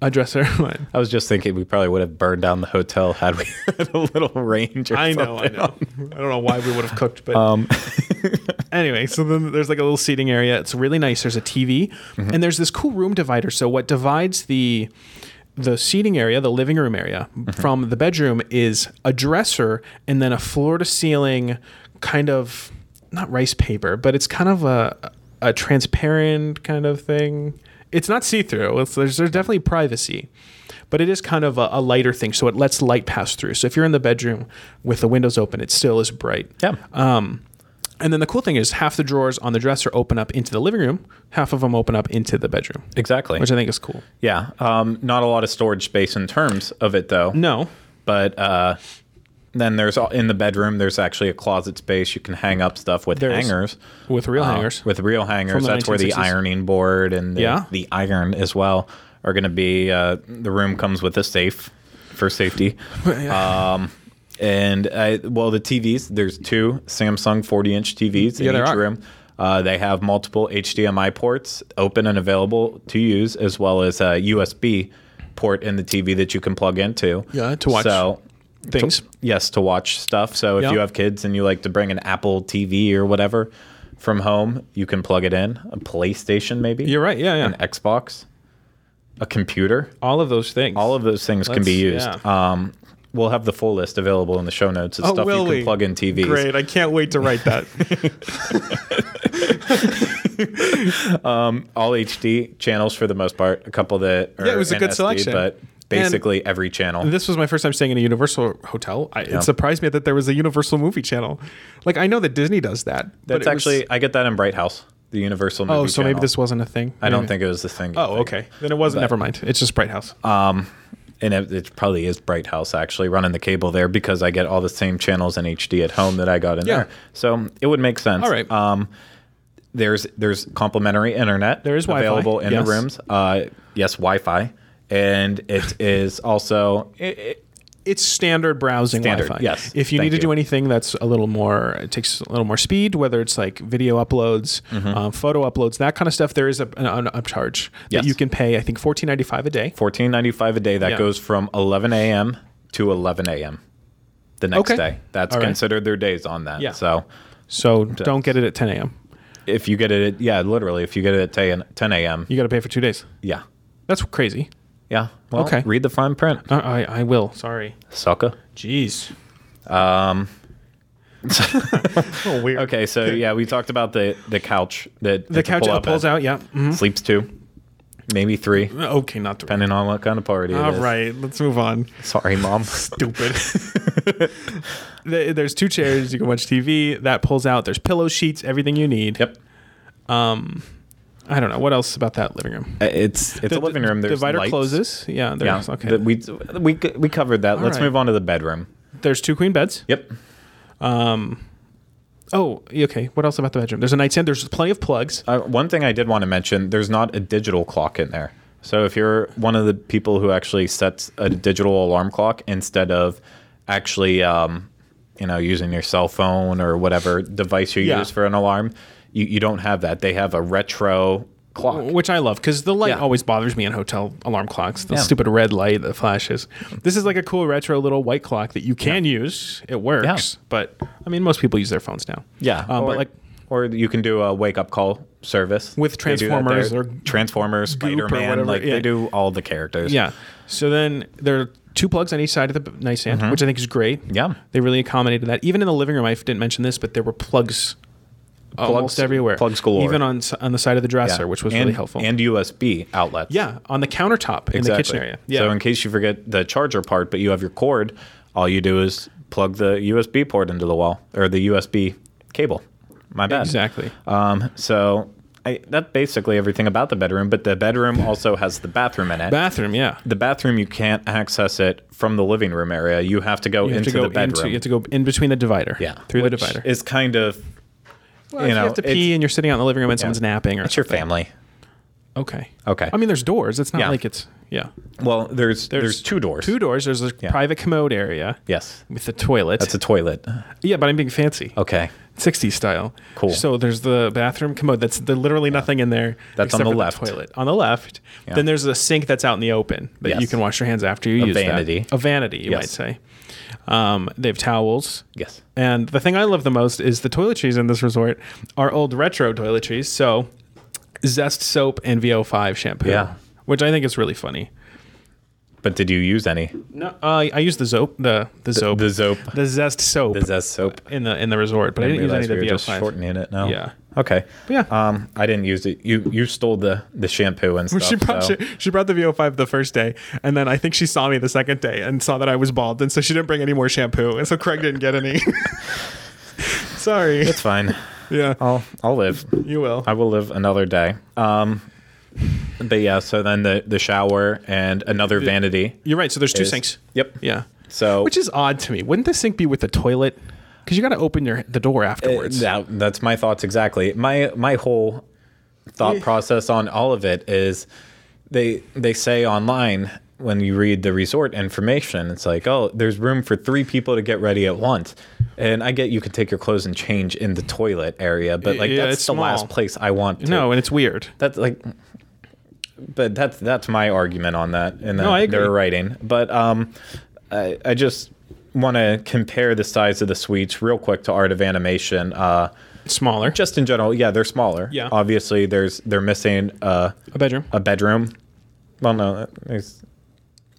a dresser. [LAUGHS] What?
I was just thinking we probably would have burned down the hotel had we [LAUGHS] had a little range. Or
I know, I
something.
know. I don't know why we would have cooked, but
Um,
anyway, so then there's like a little seating area. It's really nice. There's a TV, and there's this cool room divider. So what divides the the seating area, the living room area, from the bedroom is a dresser and then a floor to ceiling kind of not rice paper, but it's kind of a a transparent kind of thing. It's not see through. It's There's, there's definitely privacy, but it is kind of a, a lighter thing. So it lets light pass through. So if you're in the bedroom with the windows open, it still is bright.
yeah.
Um, and then the cool thing is half the drawers on the dresser open up into the living room, half of them open up into the bedroom,
Exactly.
which I think is cool.
yeah. Um, not a lot of storage space in terms of it though.
No,
But uh, then there's all, in the bedroom. There's actually a closet space you can hang up stuff with
There's
hangers.
with real
Uh,
hangers.
with real hangers.
the
That's where the
1960s.
ironing board and the,
Yeah.
the iron as well are going to be. Uh, the room comes with a safe for
[LAUGHS]
safety. Um, and I, well, the TVs there's two Samsung 40 inch TVs in
Yeah, there
each
are.
room. Uh, they have multiple HDMI ports open and available to use, as well as a USB port in the TV that you can plug into.
Yeah, to watch
So
things.
to- yes, to watch stuff. So if
Yeah.
you have kids and you like to bring an Apple TV or whatever from home, you can plug it in. A PlayStation, maybe.
You're right. Yeah, yeah.
An Xbox, a computer.
all of those things.
All of those things can be
Let's-
used. Um, we'll have the full list available in the show notes. It's stuff you can plug in TVs.
Oh, Great. I can't wait to write that.
All HD channels for the most part. A couple that are
Yeah, it was a good
NSD,
selection.
but basically every channel.
[LAUGHS] this was my first time staying in a Universal hotel. I, It surprised me that there was a Universal movie channel. Like, I know that Disney does that. but
That's
it was-
actually I get that in Bright House, the Universal. Movie
oh, so maybe
channel.
this wasn't a thing.
I don't
Maybe.
think it was the thing. you
Oh,
think.
okay. Then it wasn't. Never mind. It's just Bright House.
Um, and it, it probably is Bright House actually running the cable there because I get all the same channels in HD at home that I got in
Yeah.
there. So it would make sense.
All right.
Um, there's there's complimentary internet.
There is Wi-Fi,
available in
yes.
the rooms. Uh, yes, Wi-Fi, and
[LAUGHS]
it is also it, it-
it's standard browsing
Standard,
Wi-Fi.
yes.
If you
Thank
need to
you.
do anything that's a little more, it takes a little more speed, whether it's like video uploads,
Mm-hmm.
um, photo uploads, that kind of stuff. There is a, an, an upcharge
Yes.
that you can pay. I think fourteen ninety five a day.
14.95 a day. That
Yeah.
goes from 11 a.m. to 11 a.m. the next
Okay.
day. That's
All right.
considered their days on that.
Yeah.
So
So don't get it at ten a.m.
if you get it, at, yeah, literally, if you get it at 10, 10 a.m.,
You got to pay for two days.
yeah,
That's crazy.
yeah. Well,
Okay.
Read the fine print,
I, I, I will. Sorry.
sucker.
Jeez.
Oh, weird.
Okay,
[LAUGHS]
so yeah, we talked about the the couch that
The couch
pull
up pulls out. Yeah. Mhm.
sleeps two, maybe three,
Okay, not the.
depending on what kind of party. it
All
is.
right, let's move on.
Sorry,
[LAUGHS]
mom.
Stupid.
There- There's two chairs. You can watch TV. That pulls out. There's pillow sheets. Everything you need.
yep.
I don't know what else about that living room.
Uh, It's it's a living room. There's
divider
lights.
closes. Yeah.
Yeah.
There's, Okay.
that we we we covered that.
All
Let's
right.
move on to the bedroom.
There's two queen beds.
Yep.
Um, oh, okay. What else about the bedroom? There's a nightstand. There's plenty of plugs.
Uh, one thing I did want to mention: there's not a digital clock in there. So if you're one of the people who actually sets a digital alarm clock instead of actually, um, you know, using your cell phone or whatever device you
Yeah.
use for an alarm, you, you don't have that. They have a retro clock.
Which I love because the light
Yeah.
always bothers me in hotel alarm clocks. The
Yeah.
stupid red light that flashes. This is like a cool retro little white clock that you can use. It works,
Yeah.
but I mean, most people use their phones now.
Yeah,
um,
or-
but like
or you can do a wake up call service
With
They do that
Transformers
there.
or
Transformers,
Goop
Spider
or
Man,
whatever,
like
yeah.
they do all the characters.
Yeah. So then there are two plugs on each side of the nightstand, which I think is great.
Mm-hmm. Yeah.
They really accommodated that. Even in the living room, I didn't mention this, but there were plugs, almost everywhere.
plugs galore.
Even on s- on the side of the
Yeah.
dresser, which was
and,
really helpful.
And USB outlets.
yeah, on the countertop in the kitchen area. Yeah.
So in case you forget the charger part, but you have your cord, all you do is plug the USB port into the wall or the USB cable. My bad.
exactly.
Um, so I, that's basically everything about the bedroom, but the bedroom also has the bathroom in it.
Bathroom, yeah.
the bathroom you can't access it from the living room area. You have to go
You have
into
to go
the bedroom.
into you have to go in between the divider.
yeah,
Through the
Which
divider.
is kind of
Well,
you
if
know,
you have to pee
it's-
and you're sitting out in the living room and someone's napping or
it's your
something.
family.
Okay.
Okay.
I mean there's doors. It's not
Yeah.
like it's yeah.
Well, there's there's, two doors.
Two doors. There's a private commode area
Yes,
with the toilet.
that's a toilet.
yeah, but I'm being fancy.
Okay,
60s style.
Cool.
So there's the bathroom commode. That's the, literally nothing in there.
That's on the
except for
left.
toilet on the left.
Yeah.
Then there's a sink that's out in the open that you
Yes.
can wash your hands after you
A
use that.
vanity.
A vanity, you
Yes.
might say. Um, they have towels.
yes.
And the thing I love the most is the toiletries in this resort are old retro toiletries. So Zest soap and VO5 shampoo.
Yeah.
Which I think is really funny.
But did you use any?
No, uh, I use the soap, the the soap,
The Zope.
the Zest soap
The Zest soap.
in the in the resort, but I, didn't use any
realize
of the
we were just
VO5.
shortening it now.
Yeah.
Okay.
But yeah.
Um, I didn't use it. You you stole the the shampoo and stuff.
she brought
so-
she, she brought the VO5 the first day, and then I think she saw me the second day and saw that I was bald, and so she didn't bring any more shampoo, and so Craig didn't get any. [LAUGHS] Sorry.
It's fine.
Yeah,
I'll I'll live.
you will.
I will live another day. Um, but yeah. So then the the shower and another vanity.
You're right. So there's two
is-
sinks.
Yep.
Yeah,
So
which is odd to me. Wouldn't the sink be with the toilet? Because you got to open your the door afterwards.
that, Uh, that's my thoughts exactly. My my whole thought process on all of it is they they say online when you read the resort information, it's like, oh, there's room for three people to get ready at once. And I get you could take your clothes and change in the toilet area, but like
Yeah,
that's
it's
the last
small.
place I want to.
No, and it's weird.
that's like but that's that's my argument on that and
No, I agree.
their writing but um i, I just want to compare the size of the suites real quick to art of animation uh
It's smaller.
just in general yeah they're smaller
Yeah.
obviously there's they're missing uh
a bedroom,
a bedroom well no there's-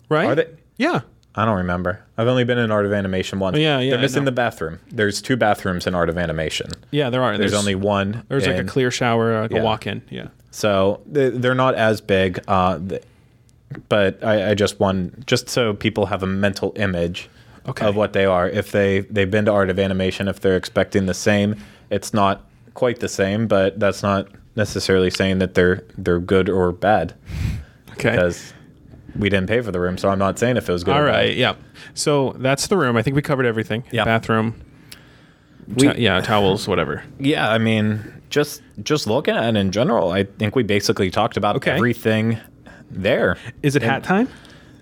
right?
are they
yeah.
I don't remember. I've only been in Art of Animation once.
Yeah, yeah,
They're
I
missing
know.
the bathroom. There's two bathrooms in Art of Animation.
Yeah, there are.
There's, only one.
there's like a
in-
clear shower, uh, like
Yeah.
a walk-in. Yeah.
So they- they're not as big, uh, th- but I, I just want just so people have a mental image
Okay.
of what they are. If they they've been to Art of Animation, if they're expecting the same, it's not quite the same, but that's not necessarily saying that they're they're good or bad
Okay.
because we didn't pay for the room, so I'm not saying if it was good.
All
or bad.
right, yeah. So that's the room. I think we covered everything.
Yeah.
Bathroom. T-
We-
yeah, towels, whatever.
Yeah, I mean, just just looking at it in general, I think we basically talked about
Okay.
everything there.
Is it
And
hat time?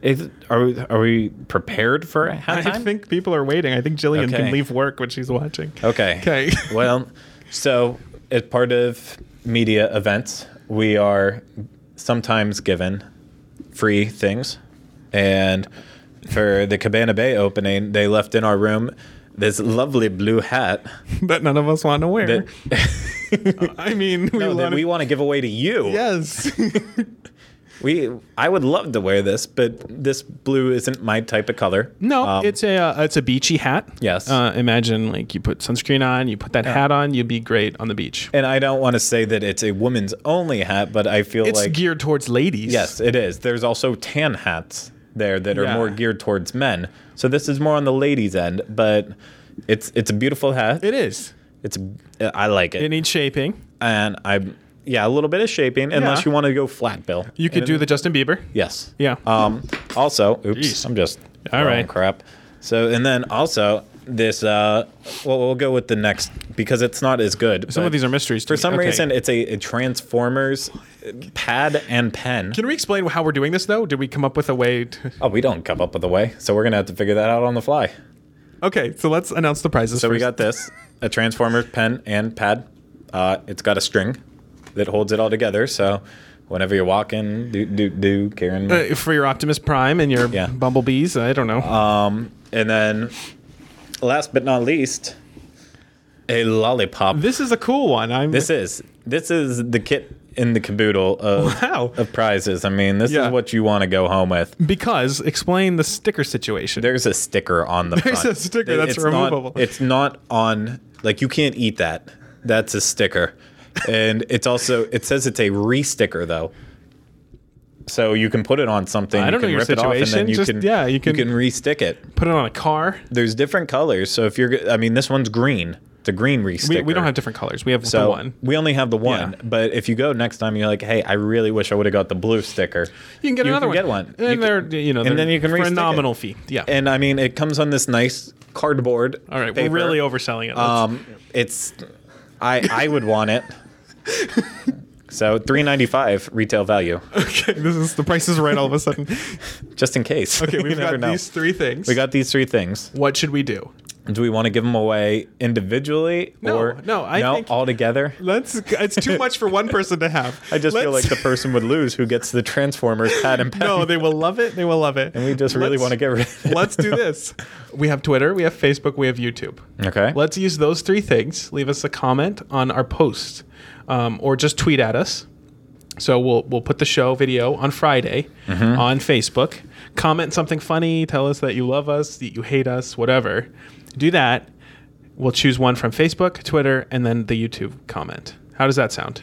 Is, are we- are we prepared for hat time?
I think people are waiting. I think Jillian
Okay.
can leave work when she's watching. [LAUGHS]
Okay.
Okay.
well, so as part of media events, we are sometimes given free things. And for the Cabana Bay opening, they left in our room this lovely blue hat
that none of us want to wear. [LAUGHS]
that, [LAUGHS]
I mean, we
no, that
want.
we want to give away to you.
yes. [LAUGHS]
We I would love to wear this, but this blue isn't my type of color.
No,
Um,
it's a uh, it's a beachy hat.
Yes.
Uh, imagine like you put sunscreen on, you put that hat on, you'd be great on the beach.
and I don't want to say that it's a woman's only hat, but I feel
It's
like
geared towards ladies.
Yes, it is. There's also tan hats there that are
Yeah.
more geared towards men. So this is more on the ladies' end, but it's it's a beautiful hat.
it is.
It's I like
It
it,
needs shaping.
and I'm yeah a little bit of shaping unless
Yeah.
you want to go flat bill.
You could
And-
do the Justin Bieber.
yes.
Yeah.
Um. Also, oops,
Jeez.
I'm just
All
all
right.
right crap. So and then also this uh well we'll go with the next because it's not as good.
Some
but
of these are mysteries. to
for
me.
some
Okay.
reason it's a, a Transformers pad and pen.
Can we explain how we're doing this though? Did we come up with a way? To...
Oh, we don't come up with a way, so we're gonna have to figure that out on the fly.
[LAUGHS] Okay, so let's announce the prizes.
So we
first.
got this: a transformer pen and pad. Uh, it's got a string that holds it all together. So whenever you're walking, do do do, Karen.
Uh, for your Optimus Prime and your
Yeah.
bumblebees, I don't know.
Um, and then last but not least, a lollipop. This,
This is a cool one. I'm. [LAUGHS]
is this is the kit in the caboodle of
Wow.
of prizes. I mean, this
Yeah.
is what you want to go home with.
because explain the sticker situation.
There's a sticker on the
There's
front.
a sticker that's
not-
removable.
it's not on like you can't eat that. That's a sticker. And it's also it says it's a re-sticker though. So you can put it on something,
I
you
don't
can
know your
rip it off and
situation,
then you
just-
can
yeah, you can-
you can re-stick it.
Put it on a car.
There's different colors. So if you're g- I mean this one's green. It's a green re-sticker.
We, we don't have different colors. We have
so
the one.
we only have the one,
Yeah.
but if you go next time, you're like, "Hey, I really wish I would have got the blue sticker."
You can get another
Get
one.
one,
And
You
they're
can-
you know
and
they're
then you can
for a
re-stick it.
nominal fee. Yeah.
And I mean, it comes on this nice cardboard.
All right,
paper.
we're really overselling it. Let's-
Um, it's I I would want it. So three ninety five retail value,
[LAUGHS] Okay, this is the price is right all of a
[LAUGHS]
sudden.
just in case.
Okay,
[LAUGHS] You
we've
never
got
know.
these three things.
We got these three things.
what should we do?
Do we want to give them away individually
No,
or
no, I
no
think-
all together?
Let's. It's too much for one person to have.
[LAUGHS] I just feel like
Let's-
the person would lose who gets the Transformers pad
[LAUGHS]
and
[LAUGHS]
pen.
No, they will love it. They will love it. And
we just really want to get rid of it.
Let's do this.
We have Twitter, we have Facebook, we have YouTube.
[LAUGHS] Okay.
Let's use those three things. Leave us a comment on our post, um, or just tweet at us. So we'll we'll put the show video on Friday
Mm-hmm.
on Facebook. Comment something funny. Tell us that you love us, that you hate us, whatever. Do that. We'll choose one from Facebook, Twitter, and then the YouTube comment. How does that sound?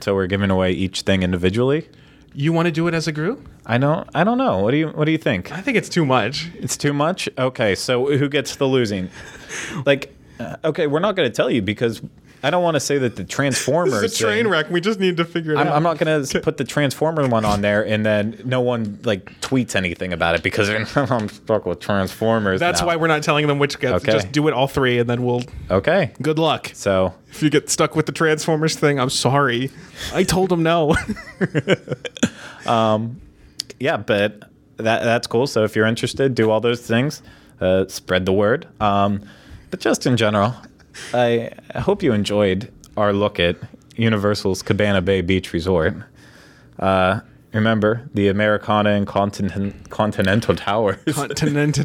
so we're giving away each thing individually.
You want to do it as a group?
I don't. I don't know. What do you What do you think?
I think it's too much.
It's too much. Okay, so who gets the losing? Like, uh, okay, we're not going to tell you because I don't want to say that the Transformers.
It's a train
thing-
wreck. We just need to figure it
I'm,
out.
I'm not going to put the Transformer one on there, and then no one like tweets anything about it because [LAUGHS] I'm stuck with Transformers.
That's
now.
why we're not telling them which gets.
Okay.
Just do it all three, and then we'll.
Okay,
Good luck.
so
If you get stuck with the Transformers thing, I'm sorry.
I told him no. [LAUGHS]
yeah, but that that's cool. So if you're interested, do all those things, uh, spread the word. Um, but just in general, I, I hope you enjoyed our look at Universal's Cabana Bay Beach Resort. Uh, remember the Americana and Continen- Continental Towers.
Continental.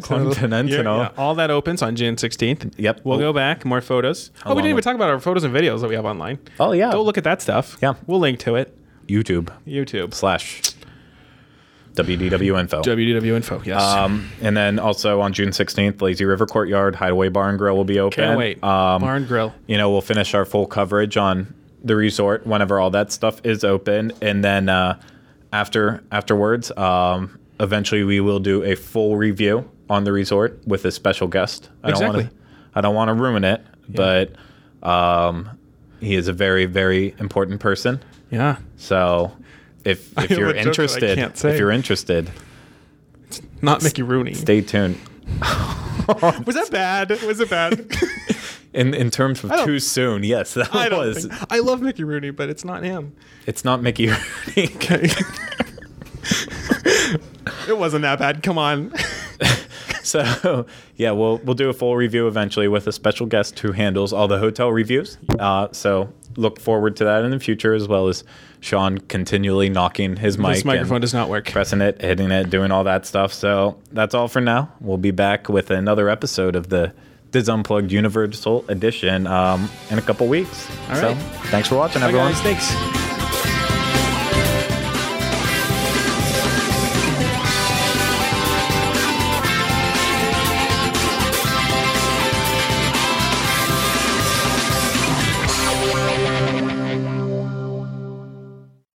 [LAUGHS] Continental.
All that opens on June 16th.
Yep.
We'll go back. More photos. Oh, we
Along
didn't even
with-
talk about our photos and videos that we have online.
Oh yeah.
Go look at that stuff.
Yeah.
We'll link to it.
YouTube
YouTube.
slash WDW info.
WDW info. Yes.
Um, and then also on June 16th, Lazy River Courtyard Hideaway Bar and Grill will be open.
Can't wait.
Um,
Barn Grill.
you know, we'll finish our full coverage on the resort whenever all that stuff is open, and then uh, after afterwards, um, eventually we will do a full review on the resort with a special guest. I Don't
Exactly.
wanna, I don't want to ruin it, but um, he is a very very important person.
Yeah.
So if if
have
you're
a joke that I
interested,
can't say.
if you're interested,
Not Mickey Rooney.
stay tuned.
[LAUGHS]
Was that bad? Was it bad?
[LAUGHS] in in terms of
don't-
too soon, yes, that
I don't
was.
think- I love Mickey Rooney, but it's not him.
[LAUGHS] It's not Mickey
[LAUGHS]
Rooney.
Okay. it wasn't that bad. Come on.
So yeah, we'll we'll do a full review eventually with a special guest who handles all the hotel reviews. Uh, so look forward to that in the future, as well as Sean continually knocking his mic,
This
and
microphone does not work.
pressing it, hitting it, doing all that stuff. So that's all for now. We'll be back with another episode of the Diz Unplugged Universal Edition um, in a couple weeks.
All
so
right.
thanks for watching,
Bye,
everyone.
guys. Thanks.